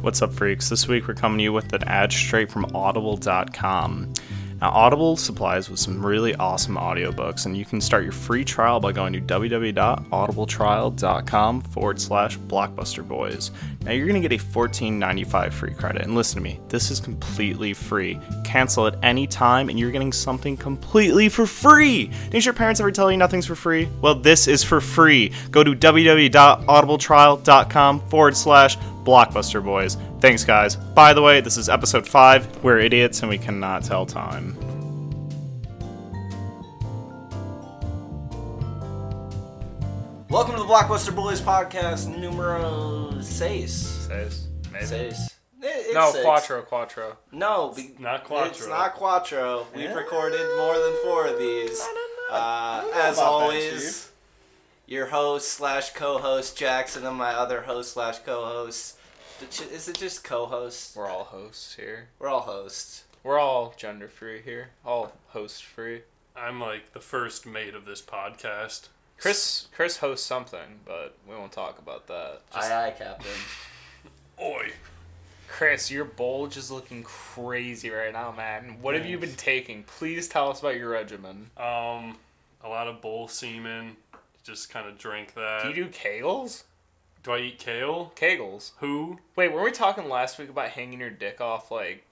What's up, freaks? This week we're coming to you with an ad straight from audible.com. Now, Audible supplies with some really awesome audiobooks, and you can start your free trial by going to www.audibletrial.com forward slash blockbuster boys. Now, you're going to get a $14.95 free credit, and listen to me, this is completely free. Cancel at any time, and you're getting something completely for free. Didn't your parents ever tell you nothing's for free? Well, this is for free. Go to www.audibletrial.com forward slash Blockbuster Boys. Thanks, guys. By the way, this is episode 5. We're idiots and we cannot tell time. Welcome to the Blockbuster Boys podcast, numero seis. Says. Maybe. Seis. It- it's No, six. Quattro, Quattro. No, be- not Quattro. It's not Quattro. We've recorded more than four of these. Uh, as about that, always, your host slash co-host Jackson and my other host slash co-host. Is it just co-host? We're all hosts here. We're all hosts. We're all gender free here. All host free. I'm like the first mate of this podcast. Chris Chris hosts something, but we won't talk about that. Just- Aye aye, Captain. Oi. Chris, your bulge is looking crazy right now, man. What have you been taking? Please tell us about your regimen. Um, a lot of bull semen. Just kind of drink that. Do you do kegels? Do I eat kale? Kegels. Who? Wait, weren't we talking last week about hanging your dick off like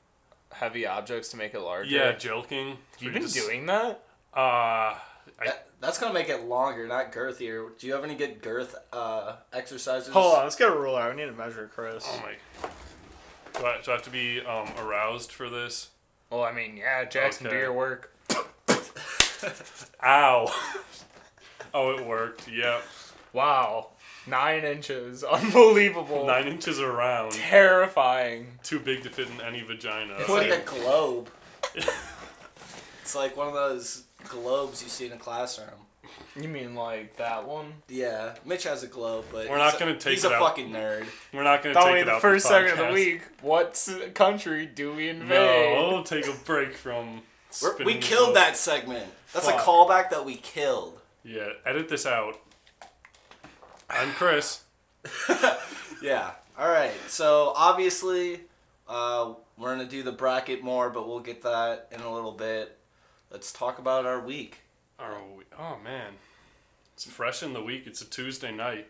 heavy objects to make it larger? Yeah, joking. You've We been just- doing that? Uh, I, That- that's gonna make it longer, not girthier. Do you have any good girth uh, exercises? let's get a ruler. We need to measure Chris. oh my. Do I, do I have to be um, aroused for this? Well, I mean, yeah, Jackson, do Okay. your work. Ow. oh, it worked. Yep. Wow. Nine inches. Unbelievable. Nine inches around. Terrifying. Too big to fit in any vagina. It's like a globe. it's like one of those globes you see in a classroom. You mean like that one? Yeah, Mitch has a globe, but We're not he's a- gonna take He's it a out. fucking nerd. We're not gonna It's take only it the out first second of podcast. the week. What s- country do we invade? No, take a break from. We're, we spinning the killed globe. that segment. That's Fuck. a callback that we killed. Yeah, edit this out. I'm Chris. Yeah. All right. So obviously, uh, we're gonna do the bracket more, but we'll get that in a little bit. Let's talk about our week. Oh, we- oh man. It's fresh in the week. It's a Tuesday night.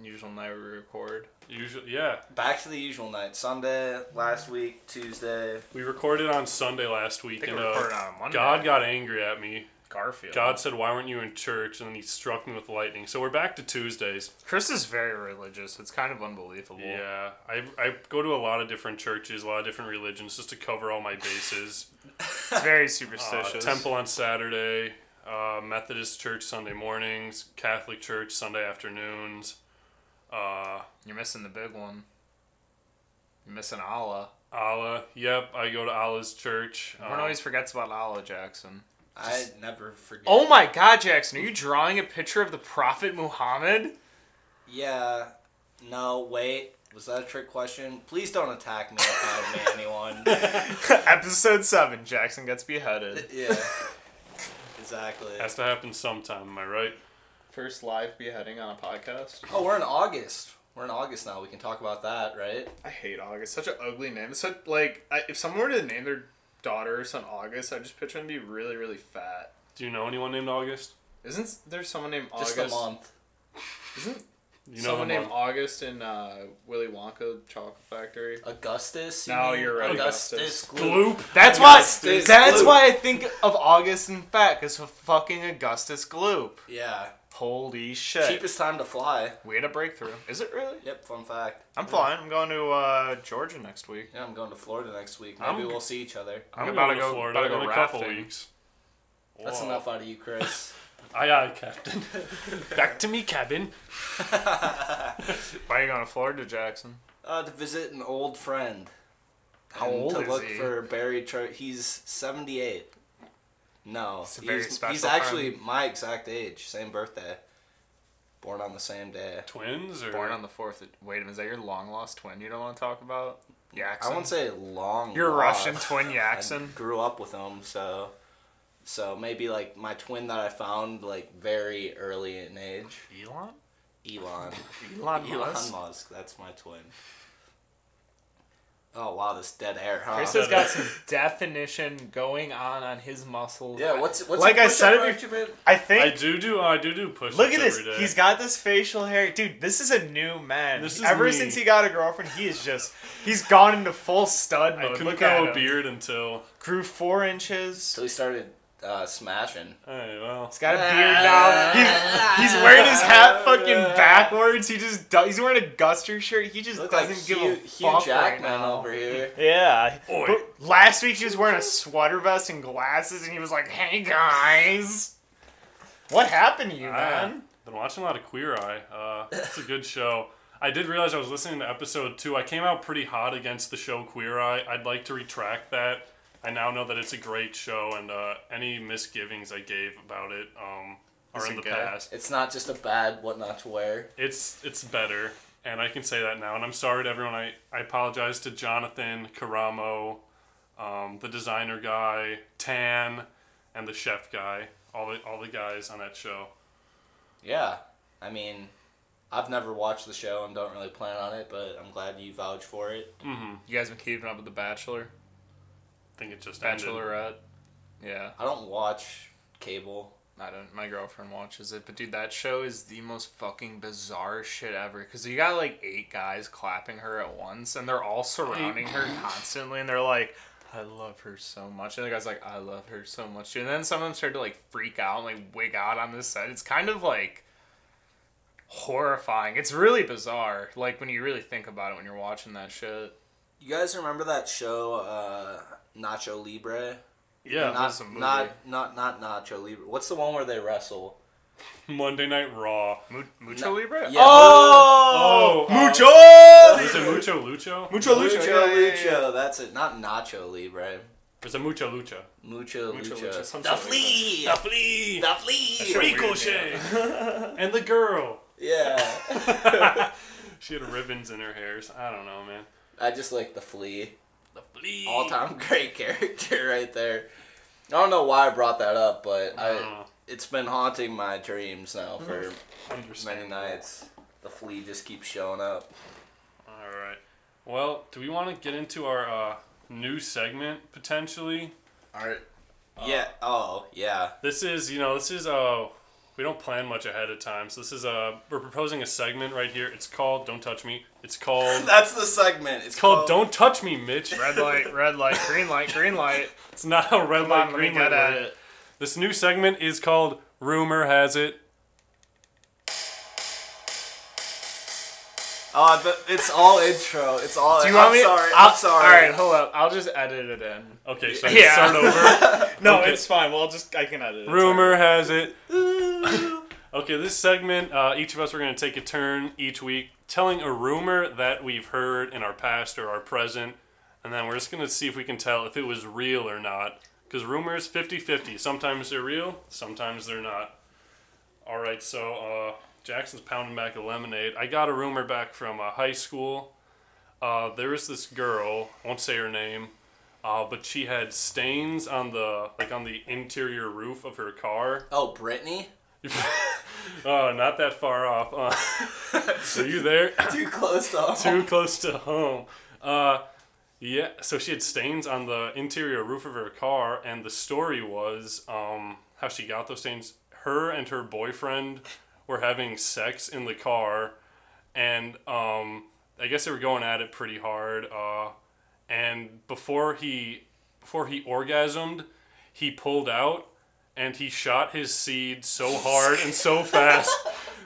Usual night we record. Usually, yeah. Back to the usual night. Sunday last week, Tuesday. We recorded on Sunday last week, think and we recorded uh, on Monday. God got angry at me. Garfield. God said, "Why weren't you in church?" And then He struck me with lightning. So we're back to Tuesdays. Chris is very religious. It's kind of unbelievable. Yeah, I I go to a lot of different churches, a lot of different religions, just to cover all my bases. It's very Uh, superstitious. temple on Saturday, uh, Methodist church Sunday mornings, Catholic church Sunday afternoons. Uh, You're missing the big one. You're missing Allah. Allah. Yep, I go to Allah's church. Everyone Um, always forgets about Allah, Jackson. I never forget. Oh my God, Jackson! Are you drawing a picture of the Prophet Muhammad? Yeah. No, wait. Was that a trick question? Please don't attack me if I may anyone. Episode seven. Jackson gets beheaded. Yeah. Exactly. has to happen sometime, am I right? First live beheading on a podcast. Oh, we're in August. We're in August now. We can talk about that, right? I hate August. Such an ugly name. It's such, like I, if someone were to name their daughter or son August, I just picture them to be really, really fat. Do you know anyone named August? Isn't s- there someone named August? Just a month. Isn't You know someone the named month. August in uh, Willy Wonka Chocolate Factory? Augustus? you No, mean? you're right, Augustus. Augustus. Gloop. Gloop. That's Augustus why. That's Gloop. why I think of August in fat because of fucking Augustus Gloop. Yeah. Holy shit! Cheapest time to fly. We had a breakthrough. Is it really? Yep, fun fact. I'm flying. I'm going to uh, Georgia next week. Yeah, I'm going to Florida next week. I'm Maybe g- we'll see each other. I'm, I'm about about going to to go- Florida about to go in a couple rafting. weeks. That's Whoa. enough out of you, Chris. Aye, aye, Captain. Back to me, cabin. Why are you going to Florida, Jackson? Uh, to visit an old friend. How And old to is look he? for buried treasure. He's seventy-eight. No, a very he's, special he's actually my exact age, same birthday, born on the same day. Twins or Born on the fourth. of- Wait a minute, is that your long lost twin you don't want to talk about? Yaxon. I won't say long. your lost. Russian twin Yaxon. I grew up with him, so so maybe like my twin that I found like very early in age, Elon. Elon. Elon Elon Musk. Musk. That's my twin. Oh wow, this dead air, huh? Chris has got some definition going on on his muscles. yeah, what's what's Like a I said push-up it regimen? I I think. do do I do do push. look at this. He's got this facial hair, dude. This is a new man. This is Ever me. since he got a girlfriend, he is just he's gone into full stud I mode. couldn't Look grow at a him. beard until. Grew four inches. So he started uh, smashing. Hey, well, He's got a beard now. He's, he's wearing his hat fucking backwards. He just do- he's wearing a Guster shirt. He just Look like doesn't Hugh, give a Hugh fuck right Jackman now. over here. Yeah. Oi. But last week he was wearing a sweater vest and glasses, and he was like, "Hey guys, what happened to you, I've man?" Ah, been watching a lot of Queer Eye. Uh, it's a good show. I did realize I was listening to episode two. I came out pretty hot against the show Queer Eye. I'd like to retract that. I now know that it's a great show, and uh, any misgivings I gave about it um, are Is in it the good? past. It's not just a bad what not to wear. It's it's better, and I can say that now. And I'm sorry to everyone. I, I apologize to Jonathan Caramo, um, the designer guy, Tan, and the chef guy. All the all the guys on that show. Yeah, I mean, I've never watched the show and don't really plan on it, but I'm glad you vouch for it. You guys been keeping up with The Bachelor, I think it just ended. Bachelorette? Yeah, I don't watch cable. I don't. My girlfriend watches it, but dude, that show is the most fucking bizarre shit ever. Cause you got like eight guys clapping her at once, and they're all surrounding her constantly, and they're like, "I love her so much." And the guy's like, "I love her so much." too." And then some of them start to like freak out and like wig out on this side. It's kind of like horrifying. It's really bizarre. Like when you really think about it, when you're watching that shit. You guys remember that show, uh, Nacho Libre? Yeah, not, was a movie. not not not Nacho Libre. What's the one where they wrestle? Monday Night Raw. Mu- Mucho No- Libre. yeah, Oh, uh, Mucho. Is it Mucho Lucho? Mucho Mucho Lucha. yeah, yeah, Lucha. yeah. That's it. Not Nacho Libre. Is it Mucho Lucha? Mucho, Mucho Lucha. Lucha, some The sort of- Flea. flea! The Flea. Sure. Ricochet! and the girl! Yeah. She had ribbons in her hairs. I don't know, man. I just like the Flea. The flea! all time great character right there. I don't know why I brought that up, but I Uh. it's been haunting my dreams now for many Understand. nights. The flea just keeps showing up. Alright. Well, do we want to get into our uh, new segment potentially? Alright. Yeah. Oh, yeah. This is, you know, this is, uh, we don't plan much ahead of time. So this is, uh, we're proposing a segment right here. It's called Don't Touch Me. It's called. That's the segment. It's It's called Don't Touch Me, Mitch. Oh, Red light, red light, green light, green light. It's not a red Come light, on, let me green light. get at word. it. This new segment is called Rumor Has It. Oh, but it's all intro. It's all. Do you I'm want me? sorry. I'll- I'm sorry. All right, hold up. I'll just edit it in. Okay, so Yeah. start over. No, Okay. it's fine. Well, I'll just I can edit. it. It's Rumor has it. okay, this segment, uh, each of us are going to take a turn each week telling a rumor that we've heard in our past or our present, and then we're just going to see if we can tell if it was real or not. Because rumors 50 50. Sometimes they're real, sometimes they're not. All right, so uh, Jackson's pounding back a lemonade. I got a rumor back from uh, high school. Uh, there was this girl, I won't say her name, uh, but she had stains on the like on the interior roof of her car. Oh, Brittany. Oh, not that far off. Uh, so you there? Too close to. Too close to home. Uh, yeah. So she had stains on the interior roof of her car, and the story was um, how she got those stains. Her and her boyfriend were having sex in the car, and um, I guess they were going at it pretty hard. Uh, and before he before he orgasmed, he pulled out and he shot his seed so hard and so fast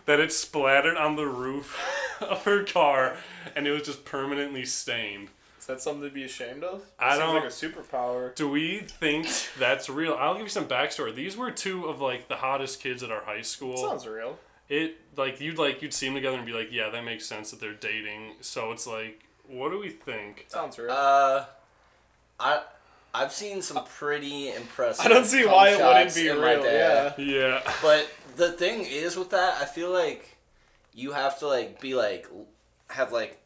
that it splattered on the roof of her car and it was just permanently stained. Is that something to be ashamed of? It I seems don't- like a superpower. Do we think that's real? I'll give you some backstory. These were two of like the hottest kids at our high school. Sounds real. it like you'd like you'd see them together and be like, yeah, that makes sense that they're dating. So it's like, what do we think? Sounds real. Uh, I. I've seen some pretty impressive. I don't see cum why it wouldn't shots be in my real. dad. Yeah. Yeah, But the thing is with that, I feel like you have to like be like l- have like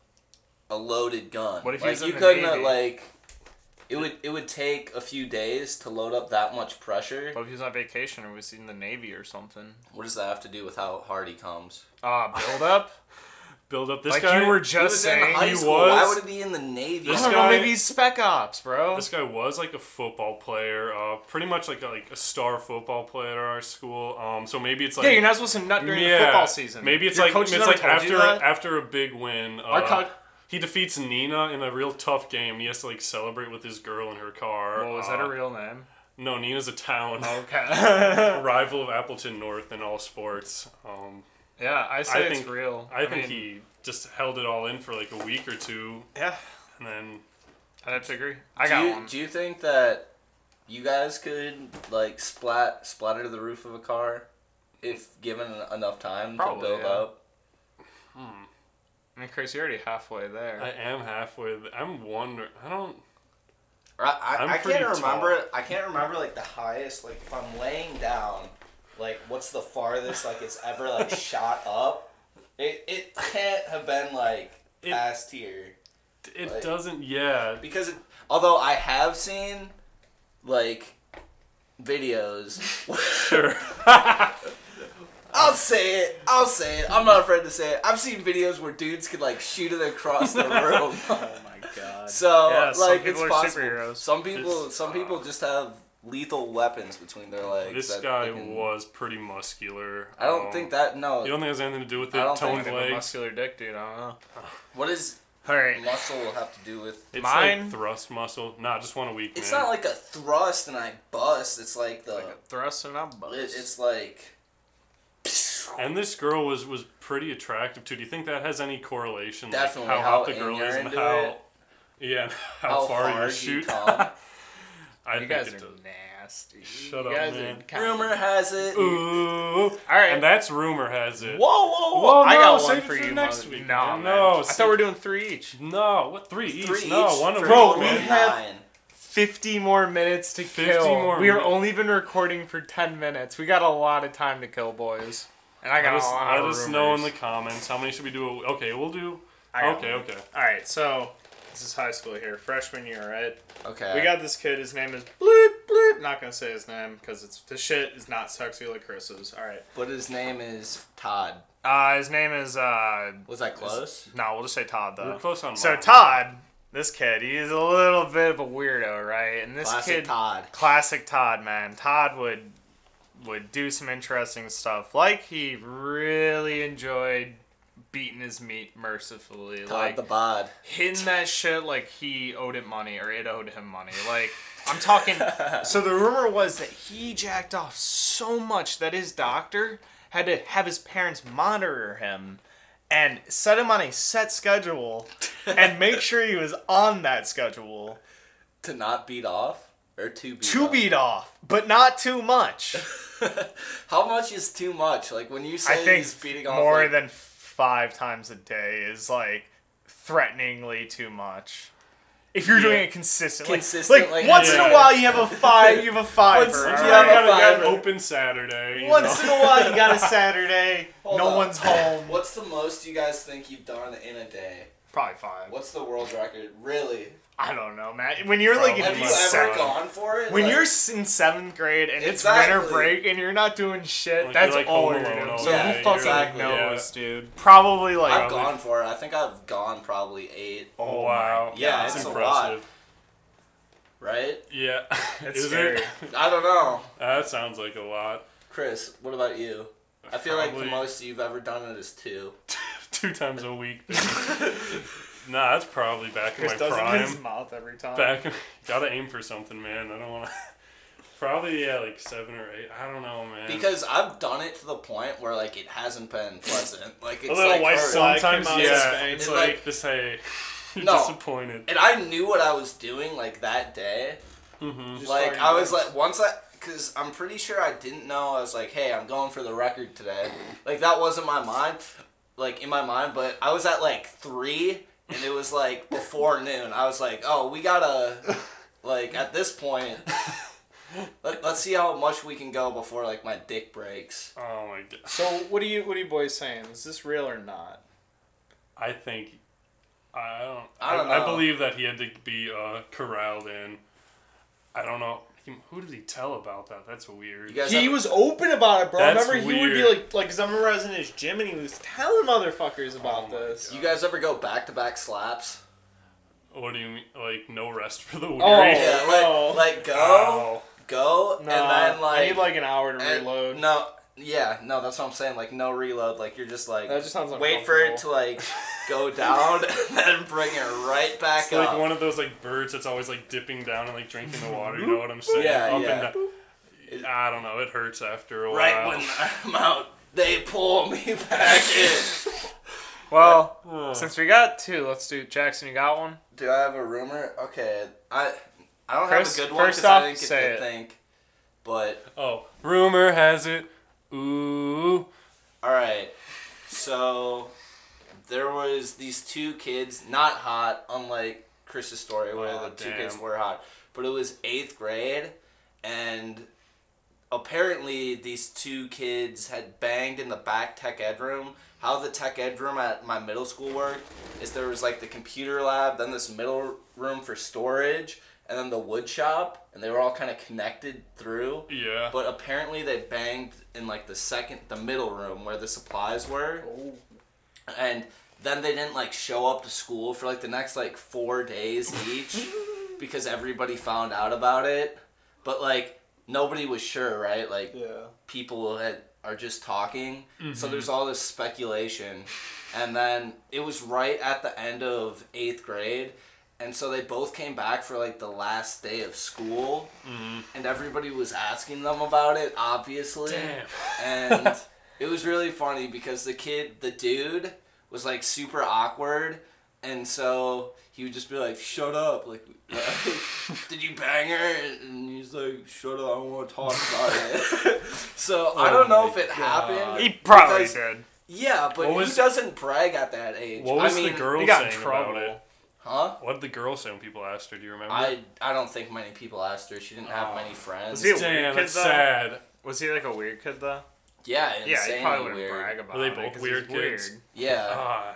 a loaded gun. What if he like, was in you the couldn't uh, Navy? like it would it would take a few days to load up that much pressure. What if he was on vacation or was he in the Navy or something? What does that have to do with how hard he comes? Ah, build up? build up. This Like guy you were He just was in saying, high he school. was- Why would it be in the Navy? This I don't guy- know, maybe he's Spec Ops, bro. This guy was like a football player, uh, pretty much like a, like a star football player at our school. Um, so maybe it's like yeah, you're not supposed to nut during the football season. Maybe it's Your like coach it's never like told you after that? after a big win. Uh, Our co- he defeats Nina in a real tough game. and He has to like celebrate with his girl in her car. Well, was Uh, Oh, that a real name? No, Nina's a town Okay. a rival of Appleton North in all sports. Um, yeah, I say it's think- real. I, think mean, he just held it all in for like a week or two, Yeah, and then I'd have to agree. I do got you, one. do you think that you guys could like splat splatter the roof of a car if given enough time Probably, to build yeah. up? I mean, Chris, you're already halfway there. I am halfway. th- I'm wondering. I don't. Or I, I'm I, I pretty can't remember. I can't remember like the highest. Like if I'm laying down, like what's the farthest like it's ever like shot up? It it can't have been like It- past here It Like- doesn't. Yeah. because it, although I have seen like videos. Sure. I'll say it. I'll say it. I'm not afraid to say it. I've seen videos where dudes could like shoot it across the room. oh my god. So Yeah, like some it's people are possible. superheroes. Some people It's- some people just have lethal weapons between their legs. this that guy they can- was pretty muscular. I don't Um, think that no. You don't think it has anything to do with I the don't think toned I have a legs? muscular dick, dude. I don't know. what does All right. muscle have to do with It's Mine- like thrust muscle. Nah, just want a weak It's man. not like a thrust and I bust. It's like the Like a thrust and a bust. it- it's like and this girl was was pretty attractive too. Do you think that has any correlation? like, Definitely, how, how hot the in girl you're is and into how. it. Yeah, and how, how far hard you shoot. come. I you think guys it are does. nasty. Shut you up, guys man. Are kind of- Rumor has it. Ooh. All right. And that's rumor has it. Whoa, whoa, whoa! Well, I no, got save one it for for you next mother- week. No, No, man. I save- thought we were doing three each. No, what three, Three each? No, each? one of Three Bro, each, we man. have- Nine. 50 more minutes to 50 kill. more We've minutes. only been recording for 10 minutes. We got a lot of time to kill, boys. And I Let got us, a lot let of us know in the rumors. comments how many should we do. Okay, we'll do. I got okay, one. okay. All right, so this is high school here, freshman year, right? Okay. We got this kid. His name is bleep bleep. Not gonna say his name because it's the shit is not sexy like Chris's. All right. But his name is Todd. Uh, his name is, uh, Was that close? no, we'll just say Todd, though. We're close on So, mine. Todd, this kid, he's a little bit of a weirdo, right? And this Classic kid, Todd. classic Todd, man. Todd would would do some interesting stuff. Like he really enjoyed beating his meat mercifully. Todd like the bod. hitting that shit like he owed it money or it owed him money. Like I'm talking. so the rumor was that he jacked off so much that his doctor had to have his parents monitor him and set him on a set schedule and make sure he was on that schedule To not beat off or to beat to off? beat off, but not too much. How much is too much? Like when you say I think he's beating off more like, than five times a day is like threateningly too much. If you're doing Yeah. it consistently, Consistent, like, like- once in Yeah. a while you have a five, you have a five. Once- all Once Alright. in a right? while, you got Alright. an open Saturday. You Once know? in a while you got a Saturday, Hold no on. one's home. What's the most you guys think you've done in a day? Probably five. What's the world record? Really? I don't know, Matt. When you're like Have in you these ever seven, gone for it? when Like, you're s- in seventh grade and it's Exactly. winter break and you're not doing shit, Like, that's you're, like, all home you're alone doing. all so day. who fucking Exactly, yeah. knows, dude? Probably like I've gone for it. I think I've gone probably eight. oh wow. Yeah, that's it's a lot. impressive. Right? Yeah. That's Is scary. it? I don't know. That sounds like a lot. Chris, what about you? I feel like the Probably- most you've ever done it is two. Two times a week. nah, that's probably back in Chris my does it in his prime. mouth every time. Back, gotta aim for something, man. I don't want to. Probably yeah, like seven or eight. I don't know, man. Because I've done it to the point where like it hasn't been pleasant. Like it's A little like white hurt. flag sometimes came out of his yeah, face, it's and, like like- to say you're No. disappointed. and I knew what I was doing like that day. Mm-hmm. Just like fucking I was nice. like once I because I'm pretty sure I didn't know I was like hey I'm going for the record today like that wasn't my mind like in my mind but I was at like three and it was like before noon I was like oh we gotta like at this point let, let's see how much we can go before like my dick breaks Oh my god! So what are you what are you boys saying? Is this real or not? I think I don't. I I, don't I know. believe that he had to be uh, corralled in. I don't know. Who did he tell about that? That's weird. You guys He have- was open about it, bro. I That's remember he would be weird. like, like, because I remember I was in his gym and he was telling motherfuckers about this. You guys ever go back to back slaps? What do you mean? Like no rest for the weary? Oh, Yeah, like no. like go, Ow. go, Nah, and then like I need like an hour to and- reload. No, yeah, no, that's what I'm saying. Like no reload. Like you're just like That just sounds wait for it uncomfortable. to like go down and then bring it right back It's up. like one of those like birds that's always like dipping down and like drinking the water. You know what I'm saying? Yeah, Up yeah. And down. I don't know. It hurts after a right while. when I'm out, they pull me back in. Well, Ugh. since we got two, let's do Jackson. You got one? Do I have a rumor? Okay, I I don't First- have a good one first because I off, didn't get say to it. think. But oh, rumor has it. Ooh. all right, so there was these two kids, not hot, unlike Chris's story where Aw, the two kids damn. were hot, but it was eighth grade, and apparently these two kids had banged in the back tech ed room. How the tech ed room at my middle school worked is there was like the computer lab, then this middle room for storage, and then the wood shop, and they were all kind of connected through. Yeah. But apparently they banged in like the second, the middle room where the supplies were, and then they didn't like show up to school for like the next like four days each because everybody found out about it. But like nobody was sure, right? Like Yeah. people that are just talking. So there's all this speculation. And then it was right at the end of eighth grade. And so they both came back for like the last day of school. And everybody was asking them about it, obviously. Damn. And it was really funny because the kid, the dude, was like super awkward. And so he would just be like, shut up. Like, did you bang her? And he's like, shut up. I don't want to talk about it. so I don't know if it Uh, happened. He probably because- did. Yeah, but What he was- doesn't brag at that age. What was I mean, the girl he got in saying trouble. about it? Huh? What did the girl say when people asked her? Do you remember? I, I don't think many people asked her. She didn't have Oh. many fri Was friends. he a weird Damn, kid that's though? sad. Was he like a weird kid though? yeah, Yeah, insanely he probably wouldn't weird. brag about Were they it. both 'cause weird he's weird. kids? Yeah, Ah,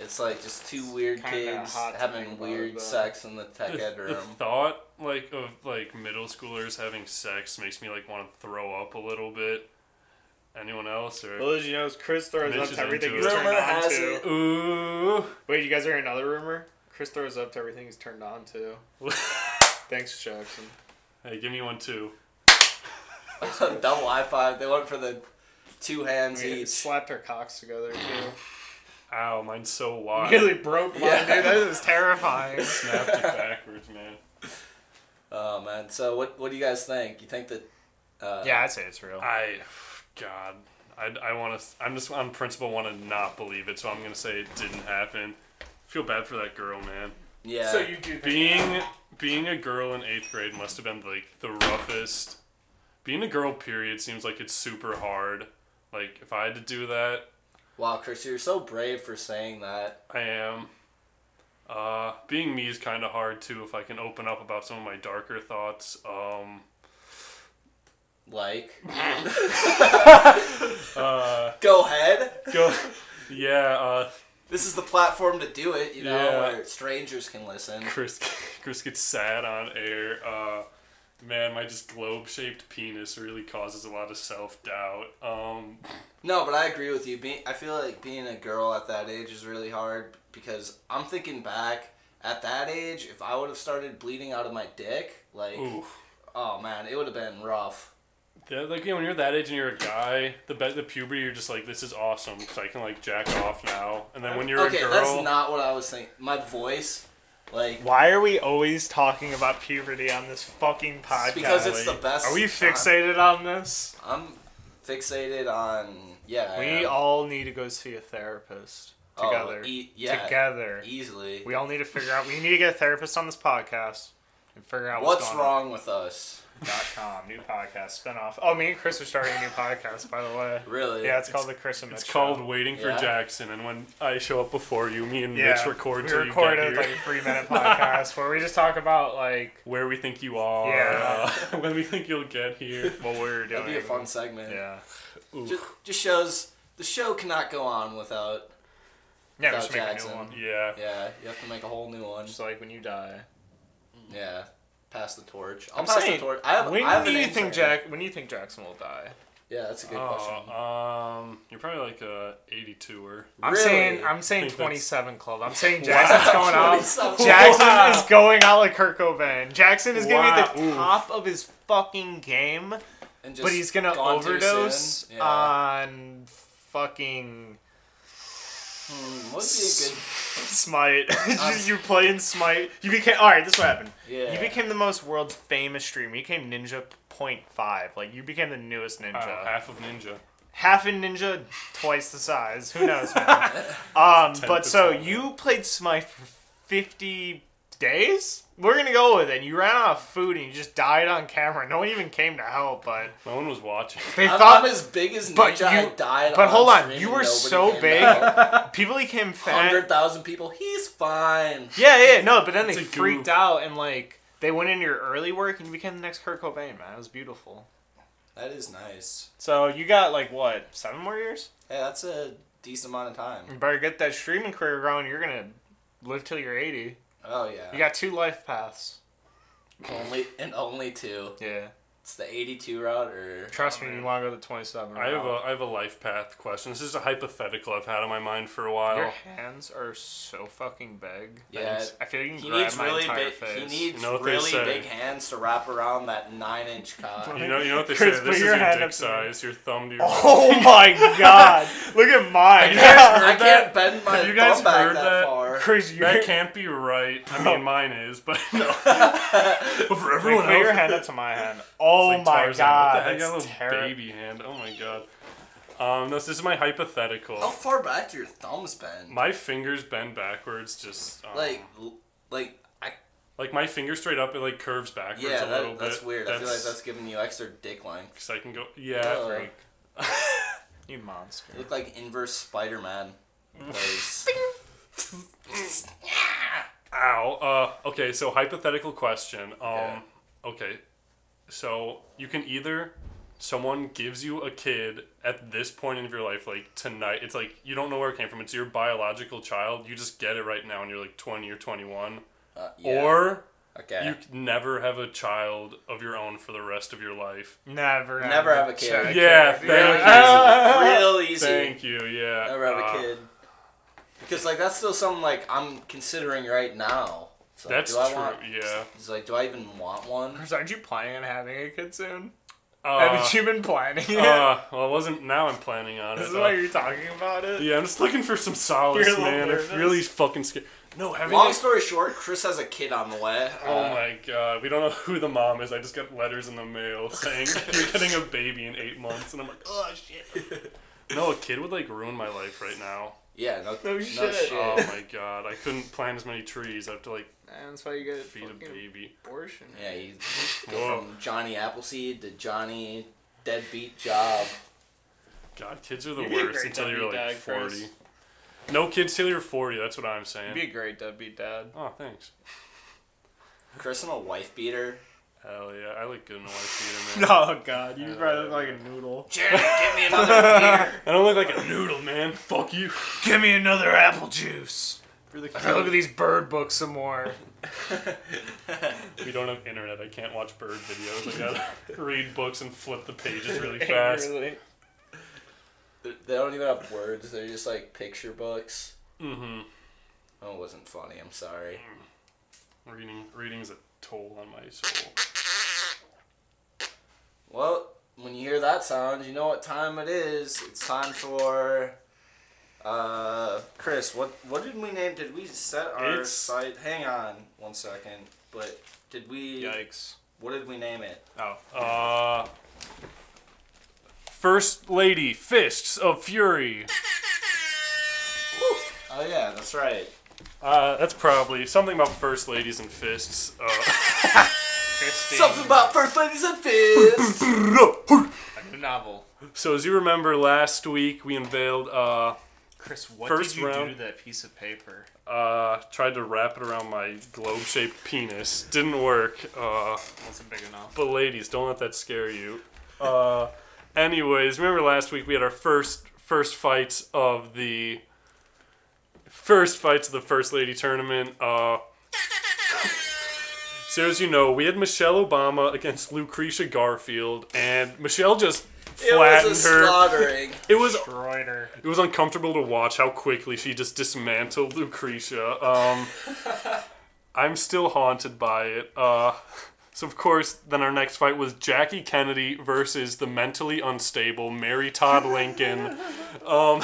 it's like just two weird Kinda kids hot to think having about, weird but- sex in the tech the, ed the room. thought like of like middle schoolers having sex makes me like want to throw up a little bit. Anyone else or Well, as you know, Chris throws Mitch up is to everything into he's it. turned Rumor on has to. it- ooh? Wait, you guys are another rumor? Chris throws up to everything he's turned on to. Thanks, Jackson. Hey, give me one too. Double high five. They went for the two hands We each. slapped our cocks together too. Ow, mine's so wide. Really broke mine, Yeah. dude. That was terrifying. Snapped it backwards, man. Oh man! So what? What do you guys think? You think that? Uh, yeah, I'd say it's real. I, God, I, I want to. I'm just on principle want to not believe it, so I'm gonna say it didn't happen. feel bad for that girl, man. Yeah. So you do think Being being a girl in eighth grade must have been like the roughest. Being a girl, period, seems like it's super hard. Like if I had to do that, wow, Chris, you're so brave for saying that. I am. Uh, being me is kind of hard too. If I can open up about some of my darker thoughts, um, Like, uh, go ahead. go, yeah, uh, This is the platform to do it. You know, Yeah. where strangers can listen. Chris Chris gets sad on air. Uh, man, my just globe shaped penis really causes a lot of self doubt. Um, No, but I agree with you. Being, I feel like being a girl at that age is really hard because I'm thinking back at that age. If I would have started bleeding out of my dick, like, ooh, oh man, it would have been rough. yeah, like yeah, when you're that age and you're a guy, the be- the puberty, you're just like, this is awesome because I can like jack off now. And then when you're okay, a girl, that's not what I was thinking. My voice, like, Why are we always talking about puberty on this fucking podcast? it's because it's the best. Are we fixated on this? I'm fixated on yeah. we all need to go see a therapist Oh, together. e- yeah. Together. easily. We all need to figure out. We need to get a therapist on this podcast and figure out what's, What's going wrong with us? On. Dot com, new podcast spinoff. Oh, me and Chris are starting a new podcast, by the way. Really? Yeah, it's, called the Chris and it's Mitch called Show. Waiting for Yeah. Jackson. And when I show up before you, me and Yeah, Mitch record we till record you get a, here. like a three minute podcast where we just talk about like where we think you are, Yeah. uh, when we think you'll get here. what we were doing. That'd be a fun segment. Yeah. Just, just shows the show cannot go on without. Yeah, we Without should make a Jackson. new one. Yeah. Yeah, you have to make a whole new one. Just like when you die. Yeah. pass the torch. I'll I'm pass saying, the torch. I have. when I have do an you answer. think Jack? When do you think Jackson will die? Yeah, that's a good question. Oh, um, you're probably like a 82er. I'm Really? saying I'm saying Think that's- 27 club. I'm saying Jackson's going out. 27. Jackson Wow. is going out like Kurt Cobain. Jackson is gonna be at the Wow. Oof. top of his fucking game, And just but he's gonna gone too overdose uh, soon. Yeah. on fucking Hmm, would be Smite. you play in Smite. You became all right. This is what happened. Yeah. You became the most world's famous streamer. You became Ninja Point Five. Like you became the newest ninja. Wow, Oh, half of ninja. half a ninja, twice the size. Who knows? Man. um, but so percent. you played Smite for fifty days. We're gonna go with it. You ran out of food and you just died on camera. No one even came to help, but No one was watching. they a good. I'm, thought I'm as big as but Ninja. I you- died. but on hold on, stream you and were nobody so came big. out. people became fat. 100,000 people. He's fine. Yeah, yeah, no. But then they It's a freaked goof. out and like they went into your early work and you became the next Kurt Cobain. Man, it was beautiful. That is nice. So you got like what seven more years? Hey, that's a decent amount of time. You better get that streaming career going. You're gonna live till you're eighty. Oh yeah. You got two life paths. only and only two. Yeah. It's the 82 route or Trust Oh, me, man. you want to go to 27. I have a I have a life path question. This is a hypothetical I've had on my mind for a while. Your hands are so fucking big. that Yeah. you- I feel you can He grab needs my really entire big. face. He needs You know what they really say. big hands to wrap around that nine-inch cock. You know, you know what they Chris, say. put This is your your hand dick up to me. size. Your thumb to your. Oh my god! Look at mine. I heard that? can't bend my Have you guys thumb back heard that, that? far. Chris, you That put can't be right. I mean, mine is, but no. But for everyone else, your hand up to my hand. Oh it's like my Tarzan. god, What the heck? I have that's a terrible. baby hand. Oh my god. Um, no, so this is my hypothetical. Oh. How far back do your thumbs bend? My fingers bend backwards, just um, like, l- like I like my finger straight up, it like curves backwards yeah, a little that, that's bit. weird. I feel like that's giving you extra dick length. 'cause I can go. Yeah, Oh. Ugh. freak. You monster. You look like inverse Spider-Man. Because- Ow. Uh, okay, so hypothetical question. Um, Yeah. Okay, so you can either someone gives you a kid at this point in your life, like tonight. It's like you don't know where it came from. It's your biological child. You just get it right now, and you're like twenty or twenty one, uh, yeah. or okay. you c- never have a child of your own for the rest of your life. Never. Never have a check. kid. Yeah, kid. thank Real you. easy. Real easy. Thank you. Yeah. Never have Uh, a kid. Because like that's still something like I'm considering right now. It's like, That's do I true. Want, Yeah. it's like, do I even want one? Chris, aren't you planning on having a kid soon? Uh, Haven't you been planning it? uh, well, I wasn't. Now I'm planning on it. this is uh, why you're talking about it. Yeah, I'm just looking for some You're a solace, little man. nervous. I'm really fucking scared. No, having. Long story short, Chris has a kid on the way. Uh, oh my god, we don't know who the mom is. I just got letters in the mail saying you're getting a baby in eight months, and I'm like, oh shit. No, a kid would like ruin my life right now. Yeah, no, No no shit. shit. Oh my god, I couldn't plant as many trees. I have to like And that's why you get feed a baby. abortion. Yeah, you Whoa. go from Johnny Appleseed to Johnny Deadbeat Job. God, kids are the You'd be a worst great until you're deadbeat like dad, Chris. forty. No kids till you're forty. That's what I'm saying. You'd be a great deadbeat dad. oh, thanks. Chris and a wife beater. Hell yeah, I look good in a white beater, man. Oh god, you probably look like a noodle. Jeremy, give me another beer. I don't look like a noodle, man. Fuck you. Give me another apple juice. Really Look at these bird books some more. We don't have internet. I can't watch bird videos. I gotta read books and flip the pages really fast. Really? They- They don't even have words. They're just like picture books. Mm-hmm. Oh, it wasn't funny. I'm sorry. Reading reading's a toll on my soul. Well, when you hear that sound, you know what time it is. It's time for. Uh, Chris, what what did we name? Did we set our It's- site? Hang on one second. But did we? Yikes. What did we name it? Oh. Uh, First Lady Fists of Fury. Oh yeah, that's right. Uh, that's probably something about first ladies and fists. Uh, Christine. Something about first ladies and fists. A new novel. so as you remember, last week we unveiled. Uh, Chris, what First did you round. do to that piece of paper? uh, tried to wrap it around my globe-shaped penis. Didn't work. Uh, Wasn't big enough. But ladies, don't let that scare you. Uh, anyways, remember last week we had our first first fights of the first fights of the first lady tournament. Uh, So as you know, we had Michelle Obama against Lucretia Garfield, and Michelle just It flattened was a her. slaughtering. It was Destroyed her. it was uncomfortable to watch how quickly she just dismantled Lucretia. Um, I'm still haunted by it. Uh, so of course, then our next fight was Jackie Kennedy versus the mentally unstable Mary Todd Lincoln. Um,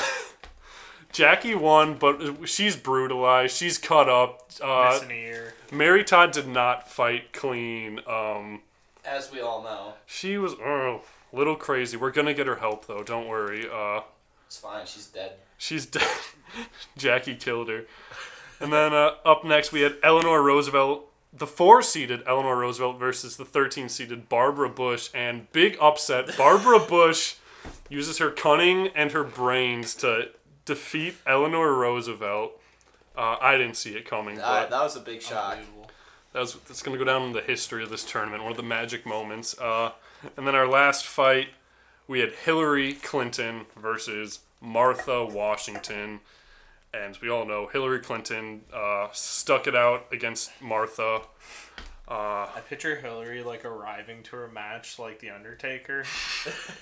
Jackie won, but she's brutalized. She's cut up. Uh, Missing a year. Mary Todd did not fight clean. Um, As we all know, she was oh, a little crazy. We're gonna get her help though. Don't worry. Uh, it's fine. She's dead. She's dead. Jackie killed her. And then uh, up next, we had Eleanor Roosevelt, the four seated Eleanor Roosevelt versus the 13 seated Barbara Bush. And big upset. Barbara Bush uses her cunning and her brains to defeat Eleanor Roosevelt. Uh, I didn't see it coming, Uh, but that was a big shock. that's that's gonna go down in the history of this tournament, one of the magic moments. Uh, and then our last fight, we had Hillary Clinton versus Martha Washington, and as we all know Hillary Clinton uh, stuck it out against Martha. Uh, I picture Hillary like arriving to her match like the Undertaker,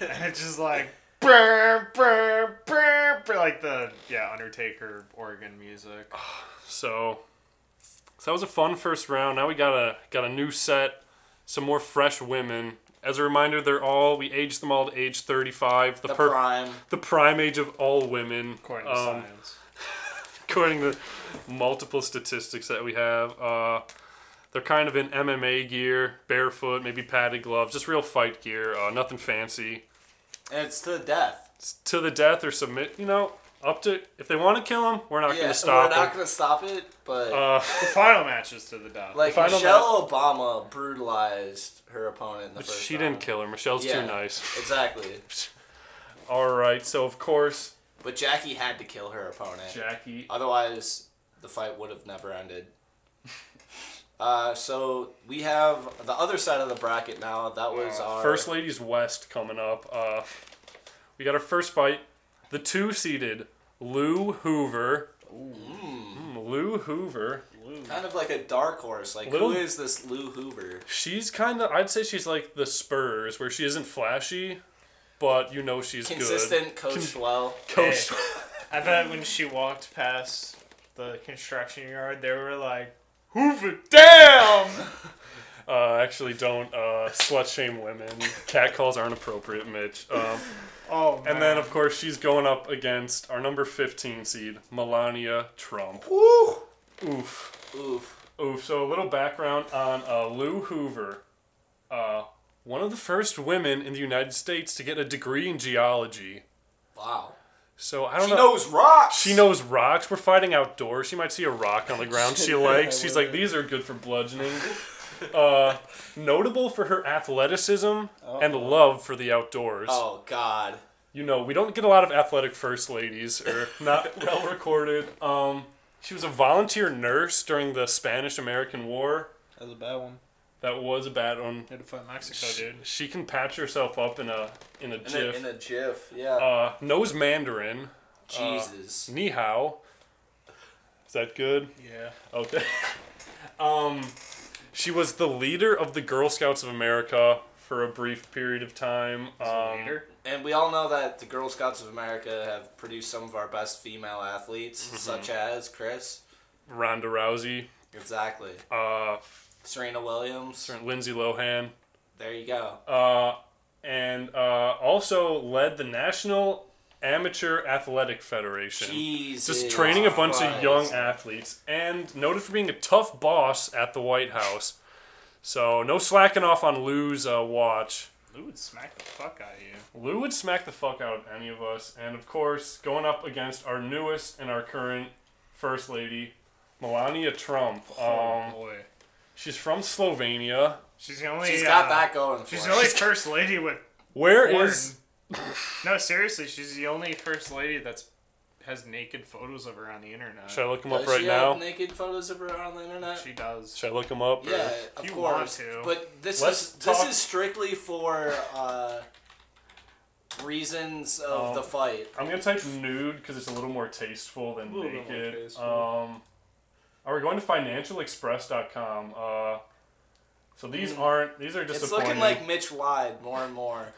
and it's just like brr, brr, brr, brr, like the yeah Undertaker organ music. so, so that was a fun first round. Now we got a got a new set, some more fresh women. As a reminder, they're all we aged them all to age thirty five, the, The per- prime. the prime age of all women. According to Um, science, according to multiple statistics that we have. Uh, they're kind of in MMA gear, barefoot, maybe padded gloves, just real fight gear, uh, nothing fancy. And it's to the death. It's to the death or submit, you know, up to. If they want to kill him, we're not going yeah, to stop we're not him. gonna stop it, but Uh, the final matches to the death. like final Michelle Obama brutalized her opponent in the first. she round. didn't kill her. Michelle's Yeah. too nice. Exactly, All right, so of course, but Jackie had to kill her opponent. Jackie. Otherwise, the fight would have never ended. Uh, so we have the other side of the bracket now. That was our Uh, First Ladies West coming up. Uh, we got our first fight. The two seeded Lou Hoover. Mm, Lou Hoover. kind of like a dark horse. Like Little- who is this Lou Hoover? She's kind of, I'd say she's like the Spurs, where she isn't flashy, but you know she's Consistent, Eh. coached well. good. Coach. I bet when she walked past the construction yard, they were like, "Hoover, damn!" Uh, actually, don't uh, slut shame women. Cat calls aren't appropriate, Mitch. Um, Oh, man. and then, of course, she's going up against our number 15 seed, Melania Trump. Woo! Oof. Oof. Oof. So a little background on uh, Lou Hoover, uh, one of the first women in the United States to get a degree in geology. Wow. So I don't She know. knows rocks. she knows rocks. We're fighting outdoors. She might see a rock on the ground she likes. She's like, these are good for bludgeoning. Uh, notable for her athleticism and love for the outdoors. Oh God. You know, we don't get a lot of athletic first ladies or not well recorded. Um, she was a volunteer nurse during the Spanish American War. that was a bad one. That was a bad one. Had to fight Mexico, dude. She can patch herself up in a in a In a, jiff. in a jiff. Yeah. uh, knows Mandarin. Jesus. Ni hao. Is that good? Yeah. Okay. um, she was the leader of the Girl Scouts of America for a brief period of time. Um, Later. And we all know that the Girl Scouts of America have produced some of our best female athletes, Mm-hmm. such as Chris. Ronda Rousey, Exactly. uh, Serena Williams. Lindsay Lohan, There you go. uh, and uh, also led the National Amateur Athletic Federation. Jesus. Just training a bunch of Christ. young athletes and noted for being a tough boss at the White House. So no slacking off on Lou's uh, watch. Lou would smack the fuck out of you. Lou would smack the fuck out of any of us, and of course, going up against our newest and our current first lady, Melania Trump. Um, boy. she's from Slovenia. She's the only. She's uh, got that going. She's for her. the only first lady with. Where is? Porn. No, seriously, she's the only first lady that's has naked photos of her on the internet. Should I look him Does up right she now? have naked photos of her on the internet? She does. Should I look him up? or- yeah, of you want course. to. But this Let's is talk- this is strictly for uh, reasons of Um, the fight. I'm gonna type nude because it's a little more tasteful than A little bit more naked. tasteful. Um, are we going to financialexpress.com? Uh, So these aren't. These are Hmm. It's disappointing. looking like Mitch lied more and more.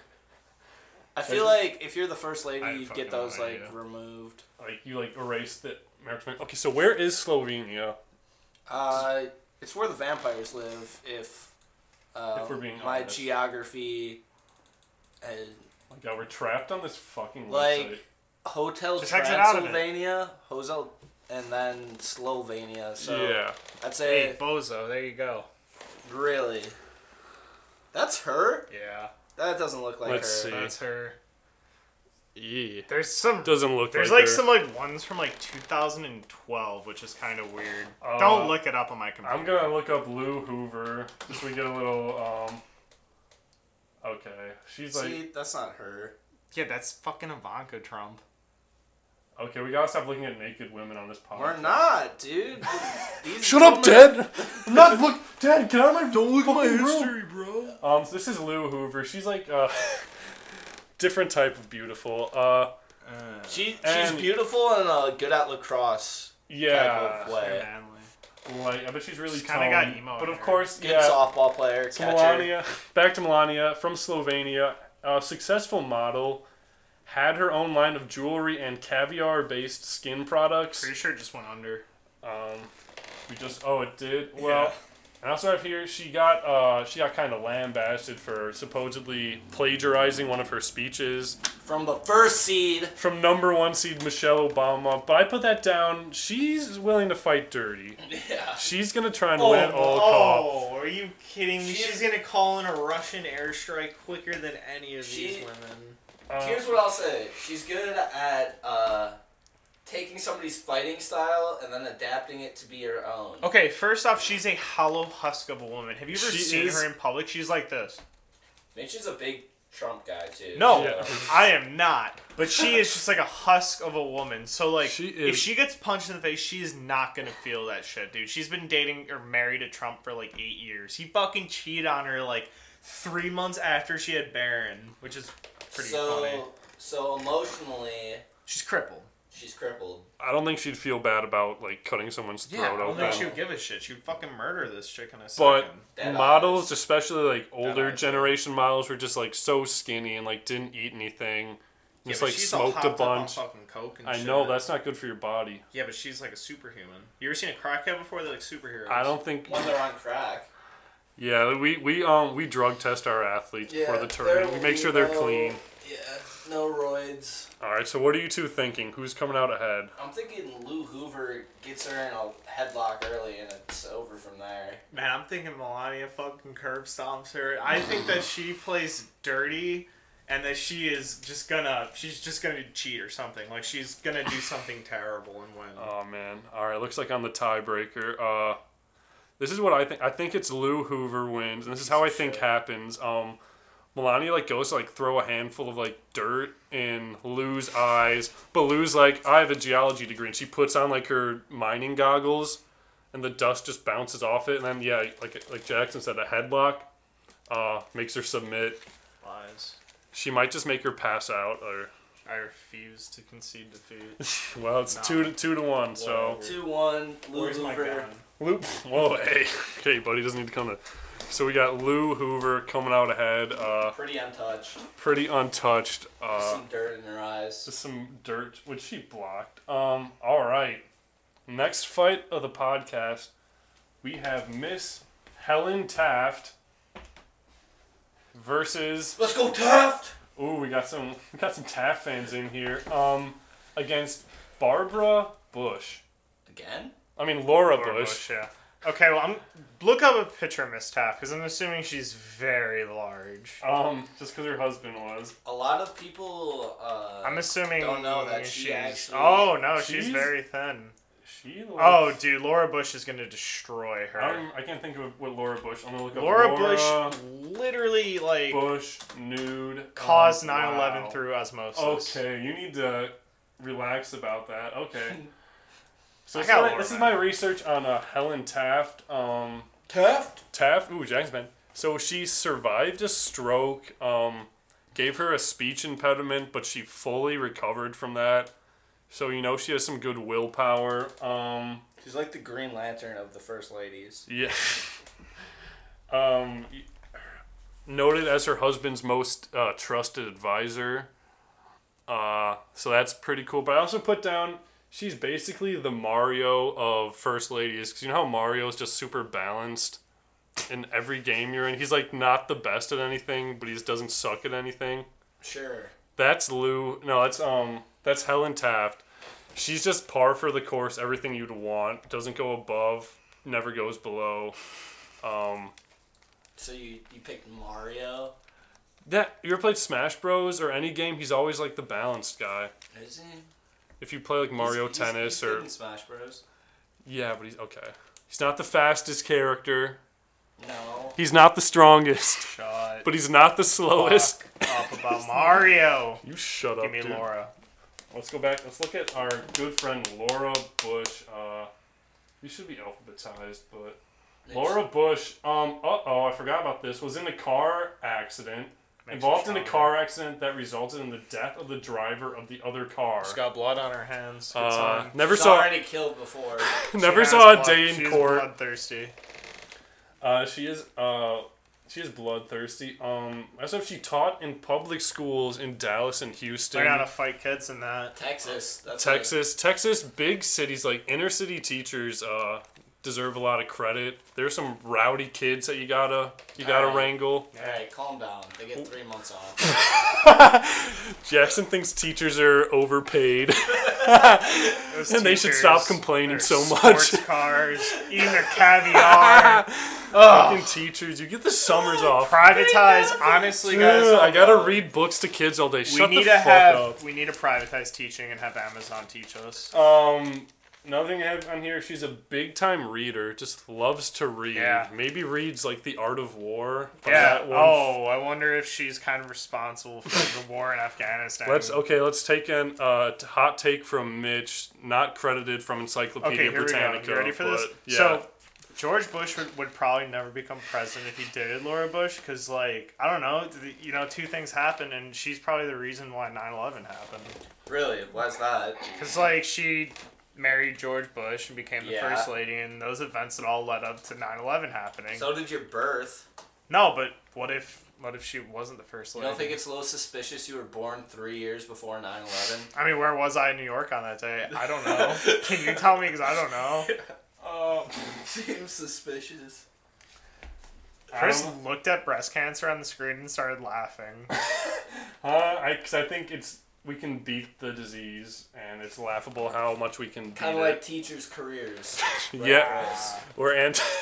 I feel like if you're the first lady, I you fucking get those no like idea. removed. like you like erased it. Okay, so where is Slovenia? Uh, it's where the vampires live. If, uh, If we're being my honest. geography, uh, My God, we're trapped on this fucking Like- website. Hotel Just exit out of it. Transylvania, Hotel, and then Slovenia. So yeah, I'd say Hey, Bozo, there you go. really, that's her. Yeah, That doesn't look like Let's her. see. that's her. yeah. There's some. Doesn't look. There's right like there. some like ones from like 2012, which is kind of weird. Uh, Don't look it up on my computer. I'm gonna look up Lou Hoover. Just so we get a little. um... Okay, she's like. See, that's not her. Yeah, that's fucking Ivanka Trump. Okay, we gotta stop looking at naked women on this podcast. We're not, dude. These women- Dad. I'm not look, Dad. Get out of my don't look at my Oh. bro. Um, so this is Lou Hoover. She's like uh, different type of beautiful. Uh, She, she's And- beautiful and uh, good at lacrosse. yeah, Type of way. like I bet she's really She's kinda got toned. emo But in of her. course, Good yeah. softball player. So catcher. Melania, back to Melania from Slovenia, a successful model, had her own line of jewelry and caviar-based skin products. Pretty sure it just went under. Um, we just oh it did well. And also have here she got uh, she got kind of lambasted for supposedly plagiarizing one of her speeches from the first seed. from number one seed Michelle Obama. But I put that down. She's willing to fight dirty. Yeah. She's gonna try and win at all costs. oh, are you kidding me? She- She's gonna call in a Russian airstrike quicker than any of She- these women. Uh, Here's what I'll say. She's good at uh, taking somebody's fighting style and then adapting it to be her own. Oh. Okay, first off, she's a hollow husk of a woman. Have you ever She seen is- her in public? She's like this. Mitch is a big Trump guy too. No, Yeah. I am not. But she is just like a husk of a woman. So like, She if is- she gets punched in the face, she is not gonna feel that shit, dude. She's been dating or married to Trump for like eight years. He fucking cheated on her like three months after she had Barron, which is pretty so, funny. So emotionally, She's crippled. she's crippled. I don't think she'd feel bad about like cutting someone's Yeah, I throat don't think she open. would give a shit. She would fucking murder this chick in a But second. Dead models, especially like older eyes. generation models, were just like so skinny and like didn't eat anything. Yeah, Just but like she's all smoked a hopped up on bunch. fucking coke and I shit. know that's not good for your body. Yeah, but she's like a superhuman. You ever seen a crackhead before? They're like superheroes. I don't think. When they're on crack. Yeah, we we um we drug test our athletes before the tournament. We make sure they're clean. Yeah. No roids. All right. So what are you two thinking? Who's coming out ahead? I'm thinking Lou Hoover gets her in a headlock early and it's over from there. Man, I'm thinking Melania fucking curb stomps her. I think that she plays dirty and that she is just gonna she's just gonna cheat or something. Like she's gonna do something terrible and win. Oh man. All right. Looks like I'm the tiebreaker. Uh, this is what I think. I think it's Lou Hoover wins, and this is how I think happens. Um, Melania like goes to like throw a handful of like dirt in Lou's eyes, but Lou's like, I have a geology degree, and she puts on like her mining goggles, and the dust just bounces off it, and then yeah, like like Jackson said, a headlock, uh, makes her submit. Lies. She might just make her pass out, or I refuse to concede defeat. well, it's two to two to one. So Two one. Lou Where's my Hoover. gun? Loop. Whoa, hey, okay, buddy, doesn't need to come to. So we got Lou Hoover coming out ahead, uh, Pretty untouched. pretty untouched. Uh, Some dirt in her eyes. just some dirt, which she blocked. Um, all right, next fight of the podcast, we have Miss Helen Taft versus. Let's go Taft. Ooh, we got some, we got some Taft fans in here. Um, against Barbara Bush. Again? I mean Laura, Or Bush. Bush, yeah. Okay, well I'm look up a picture of Miss Taft, because I'm assuming she's very large. Um, just because her husband was. A lot of people. Uh, I'm assuming Don't know that she she's- actually- Oh no, she's, She's- very thin. She. looks- Oh dude, Laura Bush is gonna destroy her. I'm, I can't think of what Laura Bush. I'm gonna look up Laura, Laura Bush literally like Bush nude caused Oh, 9/11 wow. through osmosis. Okay, you need to relax about that. Okay. So I this, is got my, Laura, this is my man. research on uh, Helen Taft. Um, Taft. Taft. Ooh, Jack's man. So she survived a stroke. Um, gave her a speech impediment, but she fully recovered from that. So you know she has some good willpower. Um. She's like the Green Lantern of the First Ladies. Yeah. Um, noted as her husband's most uh, trusted advisor. Uh, so that's pretty cool. But I also put down she's basically the Mario of First Ladies because you know how Mario is just super balanced in every game you're in. He's like not the best at anything, but he just doesn't suck at anything. Sure. That's Lou. No, that's um, that's Helen Taft. She's just par for the course. Everything you'd want doesn't go above, never goes below. Um, So you, you picked Mario, that you ever played Smash Bros or any game? He's always like the balanced guy. is he? He's- If you play like Mario he's- Tennis he's good or in Smash Bros. yeah, but he's okay. He's not the fastest character. No. He's not the strongest, Shut but he's not the slowest. up about Mario. You shut up, Give me dude. Laura. Let's go back. Let's look at our good friend Laura Bush. Uh, you should be alphabetized, but Laura Bush. Um. Uh oh, I forgot about this. Was in a car accident. Makes involved her in a car accident that resulted in the death of the driver of the other car. She's got blood on her hands. Good Uh, sign. never He's saw already killed before. never She saw has a blood. day in She's court. bloodthirsty. Uh, she is uh, she is bloodthirsty. Um, as if she taught in public schools in Dallas and Houston, They're gonna fight kids in that. Texas. That's what- Texas, Texas, big cities like inner city teachers uh, deserve a lot of credit. There's some rowdy kids that you gotta you gotta Alright. wrangle. All right, calm down. They get three months off. Jackson thinks teachers are overpaid. Those And they should teachers, stop complaining their so sports much. cars, eating their caviar, Fucking teachers, you get the summers off. privatize. Honestly, guys, Ugh, I gotta read books to kids all day. We Shut need the to fuck have. up. We need to privatize teaching and have Amazon teach us. Um, another thing I have on here, she's a big time reader. Just loves to read. Yeah. Maybe reads like The Art of War. but yeah. that one- Oh, I wonder if she's kind of responsible for the war in Afghanistan. Let's okay. Let's take an uh, t- hot take from Mitch, not credited from Encyclopedia Okay, here we go. Britannica. You ready for this? but, Yeah. So, George Bush would, would probably never become president if he dated Laura Bush because, like, I don't know, th- you know, two things happened, and she's probably the reason why 9/11 happened. really? Why's that? Because, like, she married George Bush and became the Yeah. first lady, and those events that all led up to 9/11 happening. So did your birth. no, but what if what if she wasn't the first You lady? don't think it's a little suspicious you were born three years before 9 11? I mean, where was I in New York on that day? I don't know. Can you tell me? Because I don't know. Seems suspicious. Chris Um, looked at breast cancer on the screen and started laughing. uh, I, cause I think it's we can beat the disease, and it's laughable how much we can beat Kind it. of like teachers' careers. yeah, we're anti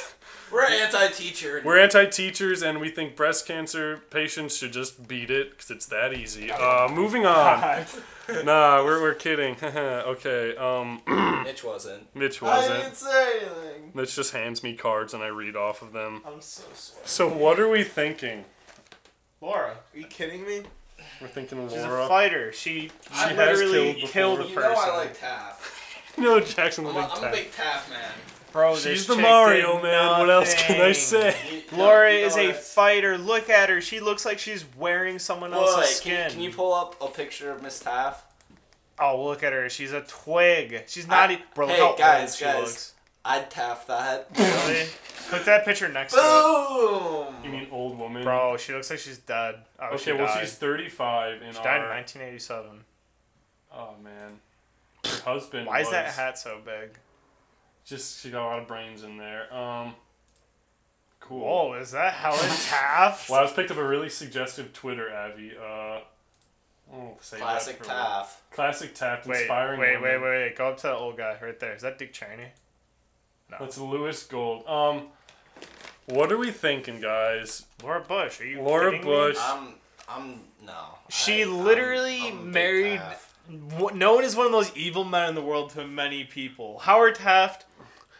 We're anti teacher. we're anti teachers, and we think breast cancer patients should just beat it because it's that easy. Uh, moving on. nah, we're we're kidding. okay. Um, Mitch wasn't. Mitch wasn't. say anything. Mitch just hands me cards, and I read off of them. I'm so sorry. So what are we thinking? Laura, Are you kidding me? We're thinking She's Laura. a fighter. She, has literally killed killed, before. a you person. know I like Taff. No, Jackson the I'm, Big a, I'm a Tat. big Taff man. Bro, She's the Mario man. What else can I say? You- you Laura know- you is know a that. fighter. Look at her. She looks like she's wearing someone else's Boy, skin. Can, can you pull up a picture of Miss Taff? oh, look at her. She's a twig. She's not. I- e- Bro, look Hey, how guys, old she guys. looks. I'd Taff that. Really? Put that picture next to You Boom! mean old woman? it. Bro, she looks like she's dead. Oh, Okay, she well died. she's 35 and she died in 1987. Oh man. Her husband Why is that was- hat so big? Just she got a lot of brains in there. Um cool. Whoa, is that Helen Taft? Well, I was picked up a really suggestive Twitter, Abby. Uh Oh, say Classic that for later. Taff. Classic Taft wait, inspiring. wait, wait, wait, women. wait. Go up to that old guy right there. Is that Dick Cheney? That's Lewis Gold. Um, what are we thinking, guys? Laura Bush? Are you Laura kidding me? Bush. I'm, I'm, no. She I- I'm- literally I'm a big married- Taff. Wh- known as one of those evil men in the world to many people. Howard Taft.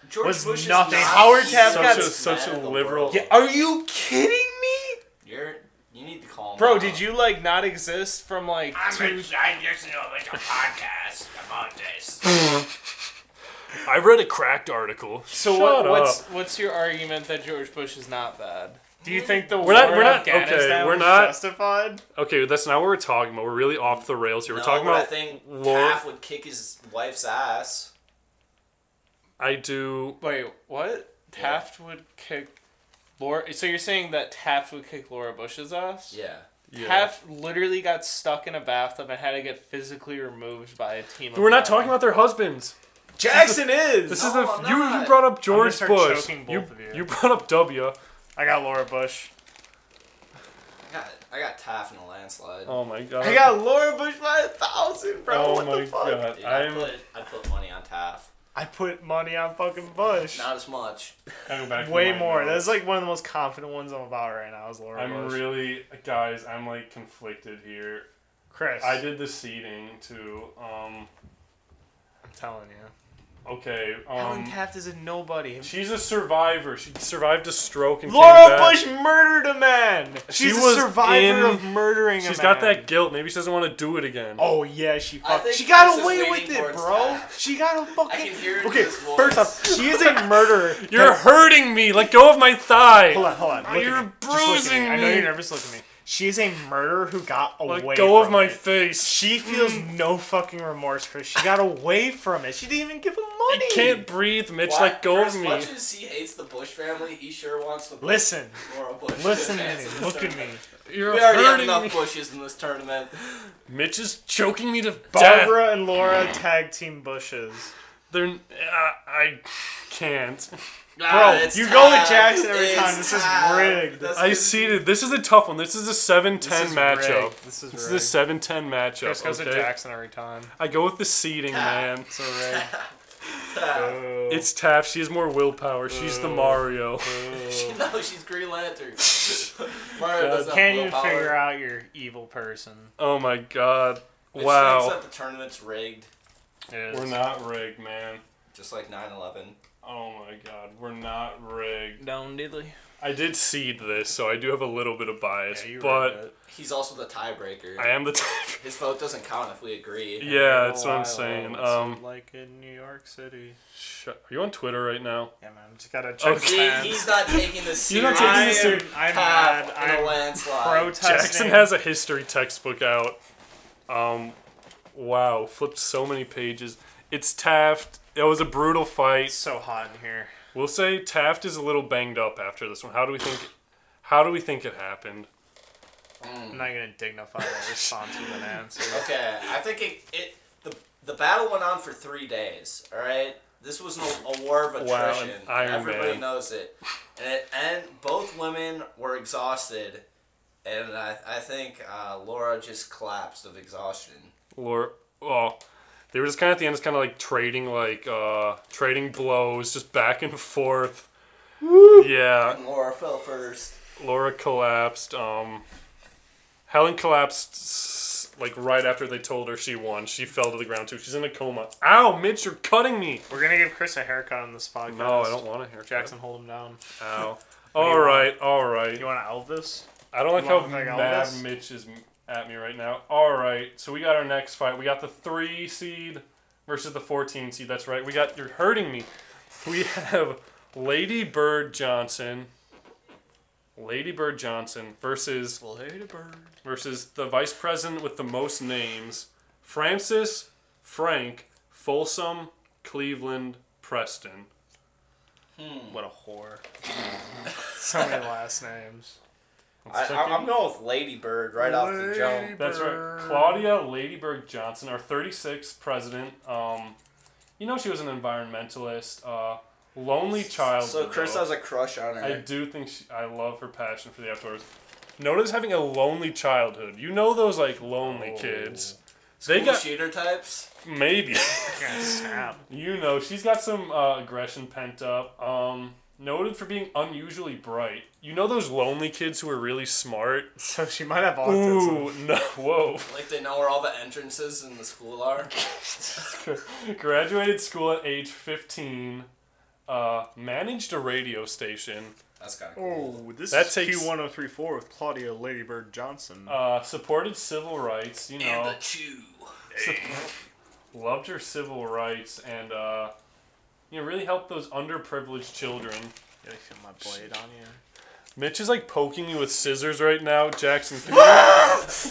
George was Bush is nothing. not Howard Taft the got- best Such a- man in the liberal- world. Yeah, are you kidding me? You're, you need to calm Bro, down. did you like not exist from like two- I read a cracked article. So Shut what, up. what's what's your argument that George Bush is not bad? Do you think the We're not- war we're in not- okay, Afghanistan we're was not- justified? Okay, that's not what we're talking about. We're really off the rails here. We're No, talking but about. I think Laura- Taff would kick his wife's ass. I do. Wait, what? Taft would kick Laura, so you're saying that Taft would kick Laura Bush's ass? Yeah. Yeah. Taft literally got stuck in a bathtub and had to get physically removed by a team. of We're not men. talking about their husbands. Jackson is. This No, is the I'm you. You not. brought up George start Bush. choking you, both of you. you brought up W. I got Laura Bush. I got, I got Taft in a landslide. Oh my god. I got Laura Bush by a thousand, bro. Oh what my the fuck? God, Dude, I I'm- put I put money on Taft. I put money on fucking Bush. Not as much. Coming back to Way my more. notes. That's like one of the most confident ones I'm about right now is Laura I'm Bush. really guys. I'm like conflicted here. Chris, I did the seeding too. Um. I'm telling you. Okay. Helen Um. Taft is a nobody. She's a survivor. She survived a stroke and came Laura back. Bush murdered a man. She She's was a survivor in- of murdering She's a man. got that guilt. Maybe she doesn't want to do it again. Oh yeah, she I fucked. think She got Chris is away leaning with it, towards bro. Taft. She got a I fucking. can hear it okay, in his voice. first off, she is a murderer. You're hurting me. Let go of my thigh. Hold on, hold on. Look at You're me. Just look at me. bruising I know me. you're nervous. Look at me. She is a murderer who got away. Let go of from my mm. it. face. She feels no fucking remorse, Chris. She got away from it. She didn't even give him money. I can't breathe, Mitch. Why- Let go for of As me. much as he hates the Bush family, he sure wants the Bush, Listen, Laura Bush. listen to advance me. in this Look at me. tournament. You're We already have hurting enough me. Bushes in this tournament. Mitch is choking me to death. Barbara and Laura tag team bushes. They're, uh, I can't. Ah, it's you go with Taft. Jackson every It's time. This is Taft. rigged. That's I good. seeded. This is a tough one. This is a 7 10 is matchup. rigged. This is This is rigged. a 7 10 matchup. Chris goes okay? to Jackson every time. I go with the seeding, man. It's a rig. Taft. It's Taff. She has more willpower. She's the Mario. No, she's Green Lantern. Mario God, does not Can't even willpower. figure out your evil person. Oh my god. It Wow. sucks that the tournament's rigged, It is. We're not rigged, man. just like 9/11. Oh my god. We're not rigged. Down diddly. I did seed this, so I do have a little bit of bias, Yeah, you rigged but it. He's also the tiebreaker. I am the type. His vote doesn't count if we agree. yeah, that's what Wow, I'm saying. what's it Um, like in New York City. sh- are you on Twitter right now? Yeah, man. Just gotta check. Okay. the See, fans. he's not taking this You're serious. not taking this I am, serious. I'm Taft mad. in a I'm landslide. protesting. Jackson has a history textbook out. Um, wow, flipped so many pages. It's Taft. It was a brutal It's fight. so hot in here. We'll say Taft is a little banged up after this one. How do we think? How do we think it happened? I'm not gonna dignify that response with an answer. Okay, I think it, it the the battle went on for three days. All right, this was an, a war of Wow, attrition. an Iron Everybody Man. knows it, and it, and both women were exhausted, and I I think uh, Laura just collapsed of exhaustion. Or oh, they were just kind of at the end, just kind of like trading like uh trading blows, just back and forth. Yeah, And Laura fell first. Laura collapsed. Um, Helen collapsed s- like right after they told her she won. She fell to the ground too. She's in a coma. Ow, Mitch, you're cutting me. We're gonna give Chris a haircut on this podcast. No, I don't want to hear Jackson, hold him down. Ow. do All you right, all right. You want to Elvis? I don't like you how want, like, all mad this? Mitch is m- at me right now. All right, so we got our next fight. We got the three seed versus the fourteen seed. That's right. We got you're hurting me. We have Lady Bird Johnson. Lady Bird Johnson versus versus the vice president with the most names Francis, Frank, Folsom, Cleveland, Preston. Hmm. What a whore. so many last names. I, check I, it. I'm going with Lady Bird right off the jump. That's right. Claudia Ladybird Johnson, our 36th president. Um, you know, she was an environmentalist, uh, lonely child. So Chris though. has a crush on her. I do think she, I love her passion for the outdoors. Notice having a lonely childhood. You know those like lonely kids. They Oh. School got shooter types. maybe. Yeah, snap. You know, she's got some uh, aggression pent up. Um, noted for being unusually bright. You know those lonely kids who are really smart. So she might have autism. Ooh, no, whoa! Like they know where all the entrances in the school are. Graduated school at age fifteen. Uh, managed a radio station. That's kind of cool. this That is takes- Q1034 with Claudia Ladybird Johnson. Uh, supported civil rights. You And know, the chew. loved her civil rights and uh, you know really helped those underprivileged children. Gotta feel my blade on you. Mitch is like poking you with scissors right now. Jackson, can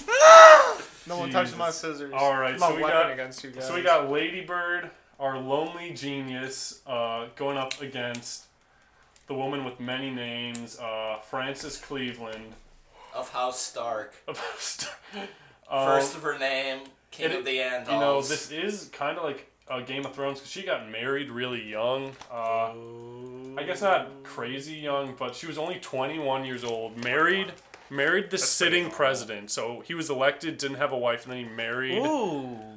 No one touches touches my my scissors. All right, my so we weapon got- against you guys. So we got Ladybird, our lonely genius, uh, going up against the woman with many names, uh, Frances Cleveland. of House Stark. Um, First of her name, King it- of the Andals. you know, this is kind of like uh, Game of Thrones because she got married really young. Uh, I guess not crazy young, but she was only 21 years old. Married, married the sitting president. So he was elected, didn't have a wife, and then he married,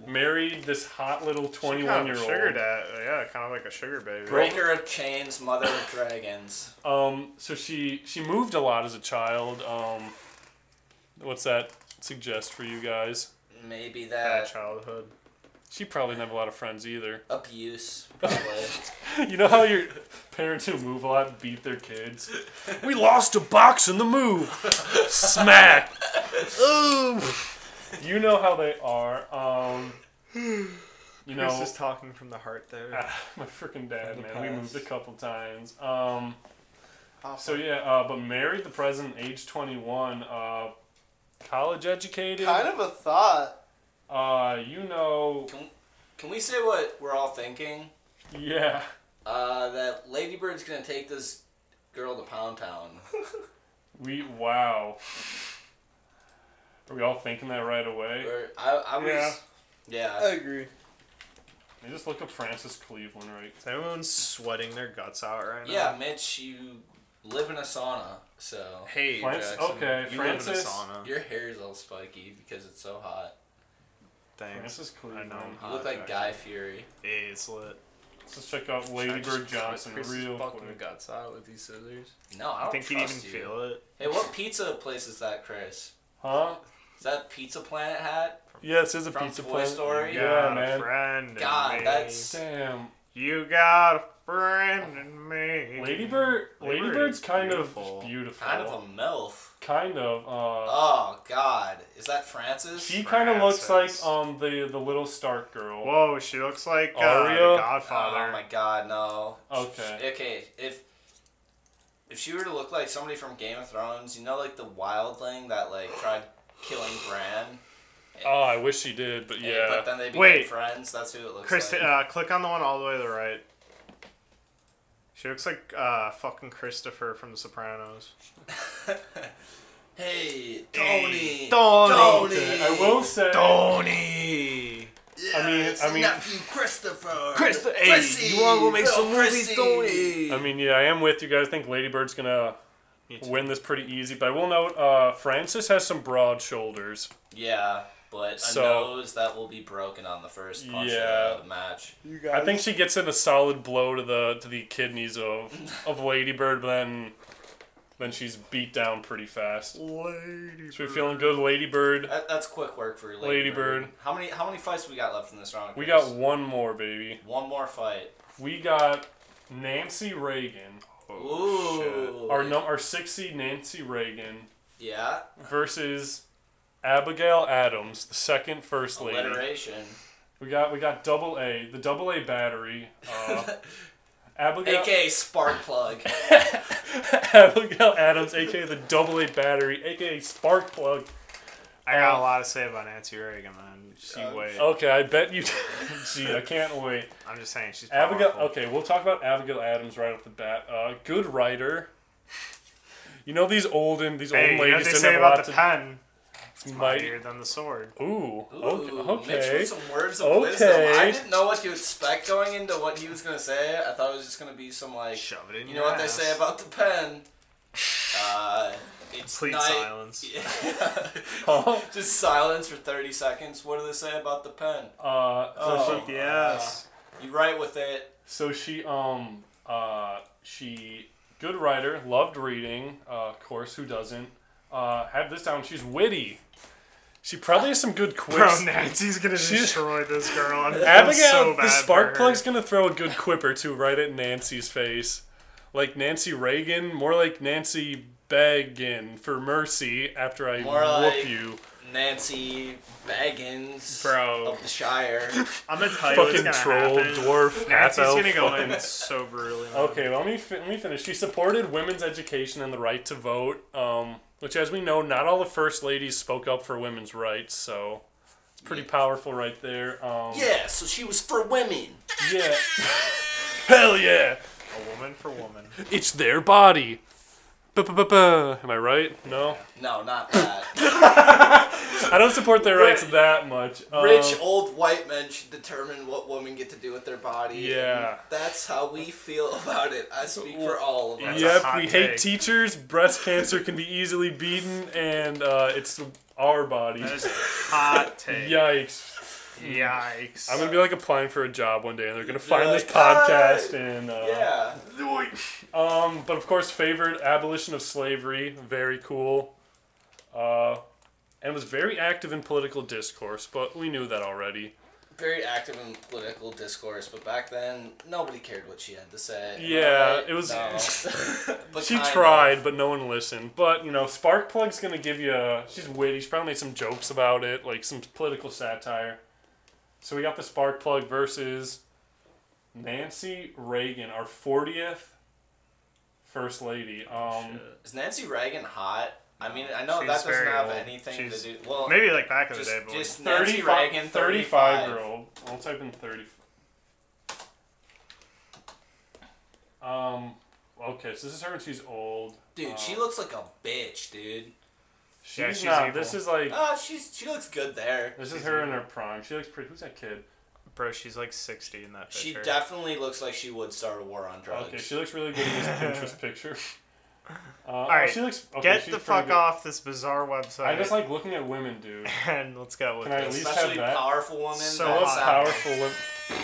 married this hot little 21 Kind year of a old. sugar dad. Yeah, kind of like a sugar baby. Breaker of Chains, Mother of Dragons. Um, so she she moved a lot as a child. Um, what's that suggest for you guys? Maybe Bad that childhood. She probably didn't have a lot of friends either. abuse. Probably. You know how your parents who move a lot beat their kids? We lost a box in the move. Smack. Ooh. You know how they are. Um, you know, Chris is talking from the heart there. Ah, my freaking dad, From the man. We past. moved a couple times. Um, so yeah, uh, but married the president, age twenty one, uh, college educated. Kind of a thought. Uh, you know, Can we say what we're all thinking? yeah. Uh, that Ladybird's gonna take this girl to Pound Town. We wow. Are we all thinking that right away? Or, I, I was. Yeah. Yeah. I agree. Let me just look up Francis Cleveland, right? Is everyone sweating their guts out right now? Yeah, Mitch, you live in a sauna, so Hey, France- Jackson, okay, you live in Francis- a sauna. your hair is all spiky because it's so hot. Thanks. Francis I Cleveland. know I'm You hot. look like Jackson. Guy Fury. Hey, it's lit. Let's just check out I just Ladybird cut Johnson Chris's real fucking quick. guts out with these scissors. No, I I don't think he'd even trust you. feel it. Hey, what pizza place is that, Chris? Huh? Is that Pizza Planet hat Yeah, this is a from pizza Toy place. Story? Yeah, got a man. friend in God, me. that's- Damn. You got a friend in me. Ladybird. Ladybird Ladybird's is kind beautiful. of beautiful. Kind of a MILF. Kind of. Uh, Oh God, is that Francis? she kind of looks like Frances. um the the little Stark girl. Whoa, she looks like uh, Aria? the Godfather. Oh my God, no. Okay. Okay, if if she were to look like somebody from Game of Thrones, you know, like the wildling that like tried killing Bran. Oh, I wish she did, but and- yeah. But then they became Wait. friends. That's who it looks Christi- like. uh, click on the one all the way to the right. She looks like uh, fucking Christopher from The Sopranos. hey, uh, Hey, Tony. Tony. Tony. I will say. Tony! Yeah, mean- it's I mean- nephew Christopher. Christo- hey, Chrissy, you wanna go make little some movies, Chrissy. Tony? I mean, yeah, I am with you guys. I think Ladybird's gonna Me too. win this pretty easy, but I will note uh, Francis has some broad shoulders. Yeah, but a So- nose that will be broken on the first punch Yeah. of the match. You got I it. think she gets in a solid blow to the to the kidneys of of Ladybird, but then then she's beat down pretty fast. Lady. So we feeling good, Ladybird. That, that's quick work for Lady, Lady Bird. Bird. How many how many fights we got left in this round? We Chris? got one more, baby. one more fight. We got Nancy Reagan, Oh, Ooh. our num- our six seed Nancy Reagan yeah. versus Abigail Adams, the second first lady. Alliteration. We got we got double A, the double A battery. Uh, Abigail, AKA spark plug. Abigail Adams, aka the double A battery, aka spark plug. shit. I got a lot to say about Nancy Reagan, man. She Uh, wait. Okay, I bet you. Gee, I can't wait. I'm just saying she's Abigail. powerful. Okay, we'll talk about Abigail Adams right off the bat. Uh, good writer. You know these olden these Hey, old you know what ladies they didn't say have a about lot the to pen? might. Mightier than the sword. Ooh. Ooh, Okay. Mitch okay. with some words of wisdom. I Okay. didn't know what to expect going into what he was gonna say. I thought it was just gonna be some like Shove it in you your know what they ass. say about the pen. Uh, it's Complete night- silence. Huh? just silence for thirty seconds. What do they say about the pen? Uh, so Oh. she Yes. You write with it. So she um uh she good writer, loved reading, uh, of course, who doesn't? Uh, have this down. She's witty. She probably has some good quips. Bro, Nancy's gonna She's- destroy this girl. I'm Abigail, so bad the spark for her. plug's gonna throw a good quip or two right at Nancy's face, like Nancy Reagan, more like Nancy begging for mercy after I More whoop like- you. Nancy Baggins Bro. of the Shire. I'm gonna tell you what's Fucking gonna troll, happen. dwarf, half Nancy's elf. gonna go fucking- in so brutally. man. Okay, well, let me fi- let me finish. She supported women's education and the right to vote, um, which, as we know, not all the first ladies spoke up for women's rights. So it's pretty powerful, right there. Um, yeah, so she was for women. yeah. Hell yeah. A woman for woman. It's their body. Ba-ba-ba-ba. Am I right? No, No, not that. I don't support their rights that much. Uh, Rich old white men should determine what women get to do with their body. Yeah. and That's how we feel about it. I speak for all of us. Yeah. Yep, hot we hate take. teachers. Breast cancer can be easily beaten, and uh, it's our body. That is a hot take. Yikes. Yikes. I'm gonna be like applying for a job one day, and they're gonna find You're this like, podcast. And uh, Yeah. um, but of course, favored abolition of slavery, very cool, uh, and was very active in political discourse. But we knew that already. Very active in political discourse, but back then nobody cared what she had to say. Am I Yeah, right? it was- No. but She kind of. tried, but no one listened. But you know, Sparkplug's gonna give you. A, she's witty. She probably made some jokes about it, like some political satire. So we got the Sparkplug versus Nancy Reagan, our fortieth first lady. Um, Is Nancy Reagan hot? I mean, I know She's that doesn't very have old. anything She's- to do. Well, Maybe like back in the just, day, but just Nancy 35, Reagan, 35 year old. I'll type in 30. Um, okay, so this is her when she's old. Dude, she looks like a bitch, dude. She's, Yeah, she's not. evil. This is like, Ah, she's she looks good there. this is she's her in evil. her prime. She looks pretty. Who's that kid? like, bro, she's like 60 in that picture. She definitely looks like she would start a war on drugs. Okay, she looks really good in this Pinterest picture. Uh, All right, she looks. Okay, Get she's the fuck pretty good. off this bizarre website. I just like looking at women, dude. and let's go with Can I at this. least- Especially have that. powerful women. So that Most What's sound- powerful women.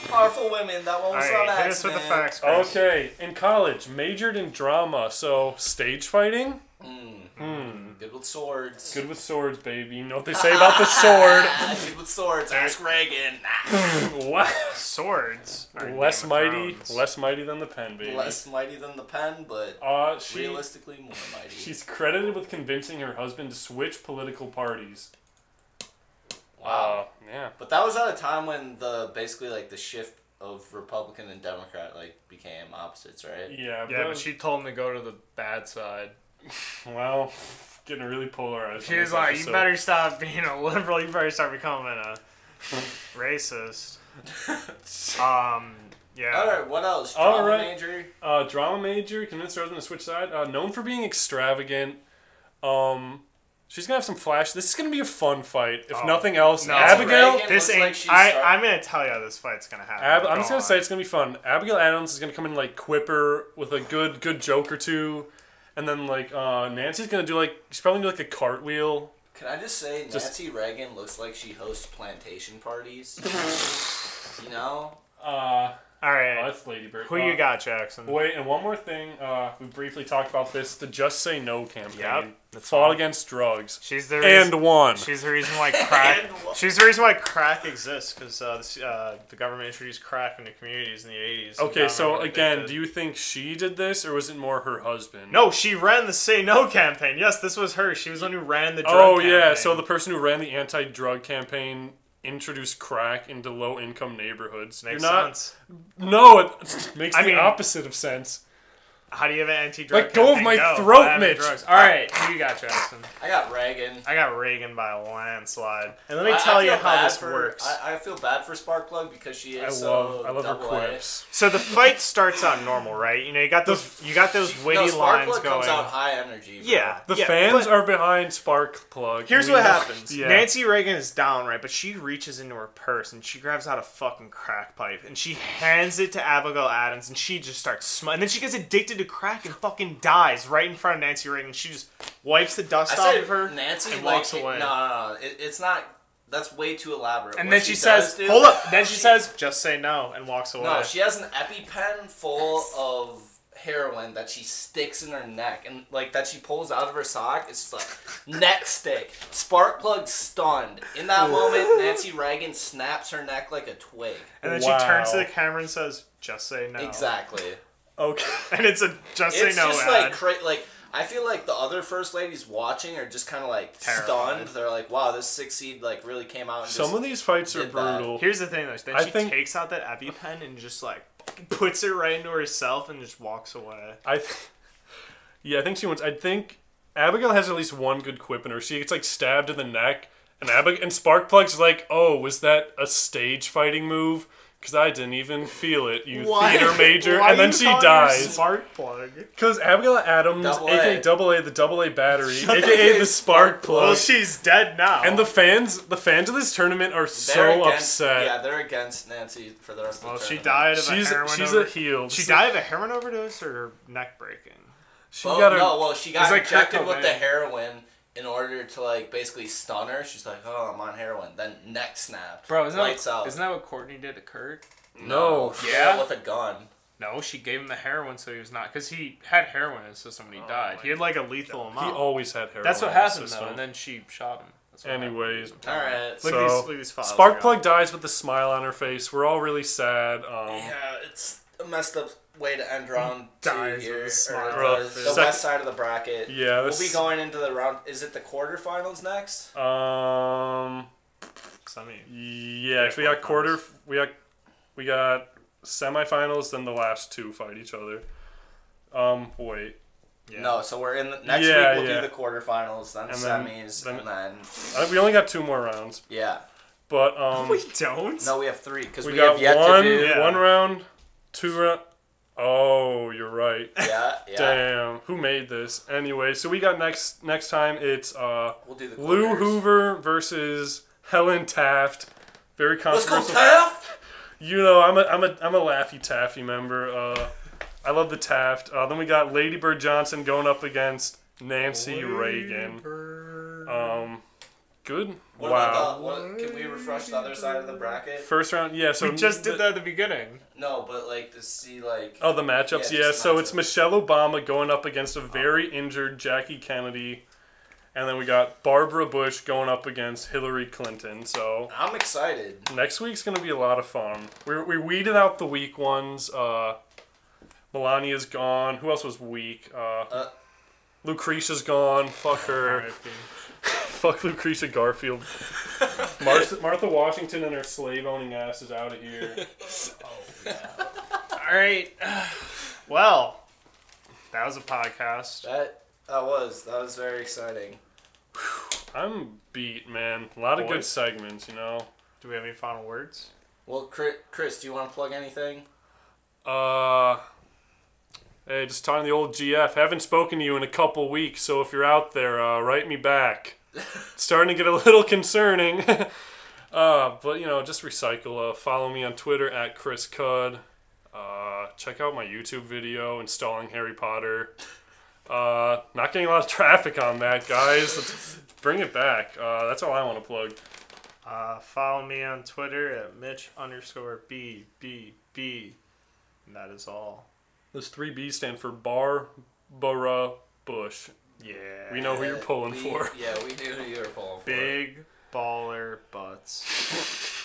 Powerful women. That one All was on right, hit us with accident. the facts. Chris. Okay, in college, majored in drama, so stage fighting. Good with swords. Good with swords, baby. You know what they say about the sword. Ah, good with swords. Ask Reagan. Ah, Wow. Swords. are less Game of mighty, Thrones. less mighty than the pen, baby. Less mighty than the pen, Oh, but Uh, she, realistically more mighty. she's credited with convincing her husband to switch political parties. Oh. Wow. Uh, yeah. But that was at a time when the basically like the shift of Republican and Democrat like became opposites, right? Yeah, Yeah, but, but she told him to go to the bad side. well, getting really polarized. She on was this like, episode. "You better stop being a liberal. You better start becoming a racist." Um. All Yeah. right. What else? All Drama right. major? Uh, drama major, convinced her husband to switch side. Uh, known for being extravagant. Um, she's gonna have some flash. This is gonna be a fun fight, if Oh, nothing else. no. Abigail. Reagan This looks ain't. like she's I. start- I'm gonna tell you how this fight's gonna happen. Ab- Go I'm just gonna on. say it's gonna be fun. Abigail Adams is gonna come in like quipper with a good good joke or two, and then like uh, Nancy's gonna do like she's probably gonna do like a cartwheel. Can I just say Just- Nancy Reagan looks like she hosts plantation parties? you know, Uh, All oh, right. that's Lady Bird. Who Uh, you got, Jackson? Wait, and one more thing. Uh, we briefly talked about this. The Just Say No campaign. Yep, that's fought fine. against drugs She's the reason, and won. She's the reason why crack. she's the reason why crack exists because uh, this, uh, the government introduced crack into communities in the 80s. and Okay, got so everyone again, addicted. do you think she did this or was it more her husband? No, she ran the Say No campaign. Yes, this was her. She was the one who ran the drug Oh yeah, campaign. so the person who ran the anti-drug campaign introduced crack into low-income neighborhoods. Makes You're not sense. No, it makes I the mean- opposite of sense. How do you have an anti-drug Let go of campaign? my No, throat, I have Mitch. drugs. All right, who you got, Jackson? I got Reagan. I got Reagan by a landslide. And let I- me I tell you feel how bad this for- works. I, I feel bad for Sparkplug because she I is love so I love her double-edged. quips. So the fight starts out normal, right? You know, you got those you got those No, witty Sparkplug lines going. comes out high energy. bro. yeah, The yeah, fans but- are behind Spark Plug. Here's We what know- happens. Yeah. Nancy Reagan is down, right? But she reaches into her purse and she grabs out a fucking crack pipe and she hands it to Abigail Adams and she just starts smiling. And then she gets addicted to crack and fucking dies right in front of Nancy Reagan. She just wipes the dust I off said of her Nancy and like, walks away. No, no, no. It, it's not. That's way too elaborate. and What then she, does says, do- "Hold up." Then she says, "Just say no," and walks away. No, she has an EpiPen full of heroin that she sticks in her neck and like that she pulls out of her sock. It's just like neck stick. Spark plug stunned. In that moment, Nancy Reagan snaps her neck like a twig. and then Wow. she turns to the camera and says, "Just say Oh. no." Exactly. Okay. And it's a "Just It's say no" just ad. like cra- like I feel like the other first ladies watching are just kind of like Terrified. stunned. They're like, "Wow, this six seed like really came out." And Some just, of these fights are did that. brutal. Here's the thing, though. is Then I she think- takes out that EpiPen and just like puts it right into herself and just walks away. I th- Yeah, I think she wants I think Abigail has at least one good quip in her. She gets like stabbed in the neck and Abigail and Spark Plug's like, "Oh, was that a stage fighting move?" Because I didn't even feel it, you Why- theater major. why and do then you she call her dies. Spark plug. Because Abigail Adams, Double aka A. double A, the double A battery, Shut aka up. the spark Well, plug. she's dead now. and the fans, the fans of this tournament are They're so against- upset. Yeah, they're against Nancy for the rest of the well, she tournament. died of She's a heroin she's a overdose. heel. She died of a heroin overdose or her neck breaking. She Oh, got her. no, well, she got It's like injected Kurt with the Cobain. heroin in order to, like, basically stun her. She's like, oh, I'm on heroin. Then neck snap. Bro, isn't Lights that, out. isn't that what Courtney did to Kurt? No. She Yeah? did it With a gun. No, she gave him the heroin so he was not because he had heroin in his system when he died. He had like a lethal Oh He amount. always had hair. That's what happened though, and then she shot him. That's what happened. Anyways, All right. look, so- at these, look at these files. I got. Sparkplug dies with a smile on her face. We're all really sad. Um, yeah, it's a messed up way to end round Dies two with here. a or smile. Bro, the, the sec- west side of the bracket. Yeah, We'll be this- Uh, going into the round. Is it the quarterfinals next? Um. So, I mean, Yeah, 'cause we got quarter. We got we got semifinals. Then the last two fight each other. Um. Wait. yeah. No, so we're in the next Yeah, week. We'll yeah. do the quarterfinals, then And then- semis, then- and then I, we only got two more rounds. yeah. But um. we don't. No, we have three because we, we, got have yet to one do. Yeah. one round, two round. Oh, you're right. Yeah, yeah. Damn, who made this? Anyway, so we got next next time it's uh We'll do the Lou quarters. Hoover versus Helen Taft. Very Let's go controversial. Taft. You know, I'm a I'm a I'm a Laffy Taffy member. Uh, I love the Taft. Uh, then we got Lady Bird Johnson going up against Nancy Reagan. Um, good. What wow. about the, what, can we refresh the other side of the bracket? First round, yeah. So We just the- did that at the beginning. No, but like to see like Oh, the matchups. Yeah, Yeah, just the so it's matchups. Michelle Obama going up against a very injured Jackie Kennedy, and then we got Barbara Bush going up against Hillary Clinton. So I'm excited. next week's gonna be a lot of fun. We we weeded out the weak ones. Uh, Melania's gone. Who else was weak? Uh, Uh. Lucretia's gone. Fuck her. Fuck Lucretia Garfield. Martha, Martha Washington and her slave owning ass is out of here. All right. Well, that was a podcast. That that was that was very exciting. I'm beat, man. A lot of good Boys. segments, you know. Do we have any final words? Well, Chris, Chris do you want to plug anything? Uh, hey, just talking to the old GF. Haven't spoken to you in a couple weeks, so if you're out there, uh, write me back. It's starting to get a little concerning. uh, but you know, just recycle. Uh, follow me on Twitter at Chris Cud. Uh, check out my YouTube video installing Harry Potter. Uh, not getting a lot of traffic on that, guys. Let's bring it back. Uh, that's all I want to plug. Uh, follow me on Twitter at Mitch underscore B B B. And that is all. Those three B's stand for Barbara Bush. Yeah. We know who you're Uh, pulling we- for. Yeah, we do who you're pulling for. Big baller butts.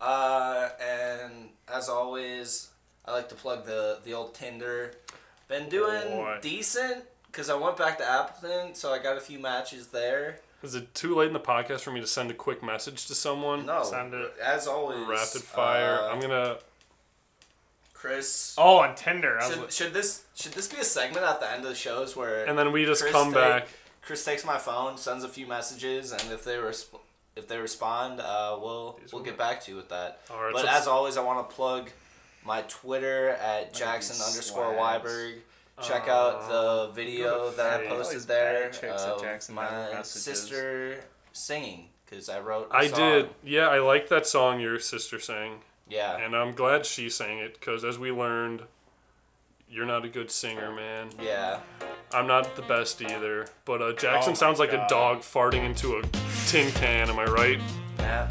Uh, and as always, I like to plug the the old Tinder. Been doing Oh, Boy. decent because I went back to Appleton, so I got a few matches there. Is it too late in the podcast for me to send a quick message to someone? No, Send it. as always, Rapid fire. uh, I'm gonna. Chris. Oh, on Tinder. I was Should, should this should this be a segment at the end of the shows where And then we just Chris come take- back. Chris takes my phone, sends a few messages, and if they resp- if they respond, uh, we'll we'll get back to you with that. All right, but so- as always, I want to plug my Twitter at Jackson these underscore slags. Weiberg. Uh, Check out the video that I face. posted All these there bad chicks that of Jackson never my messages. sister singing because I wrote. I I did. Yeah, I like that song your sister sang, Yeah. and I'm glad she sang it because as we learned, you're not a good singer, man. yeah. I'm not the best either. But uh, Oh Jackson my sounds like a God. dog farting into a tin can. Am I right? Yeah.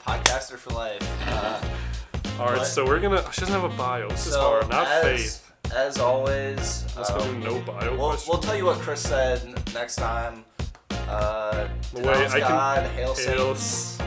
Podcaster for life. Uh, All right. What? So we're gonna. She doesn't have a bio. This is so hard. Not as, faith. As always, Let's go um, do no bio We'll, question. we'll tell you what Chris said n- next time. Uh, Wait, denounce I can- God, hail, Hail Saints.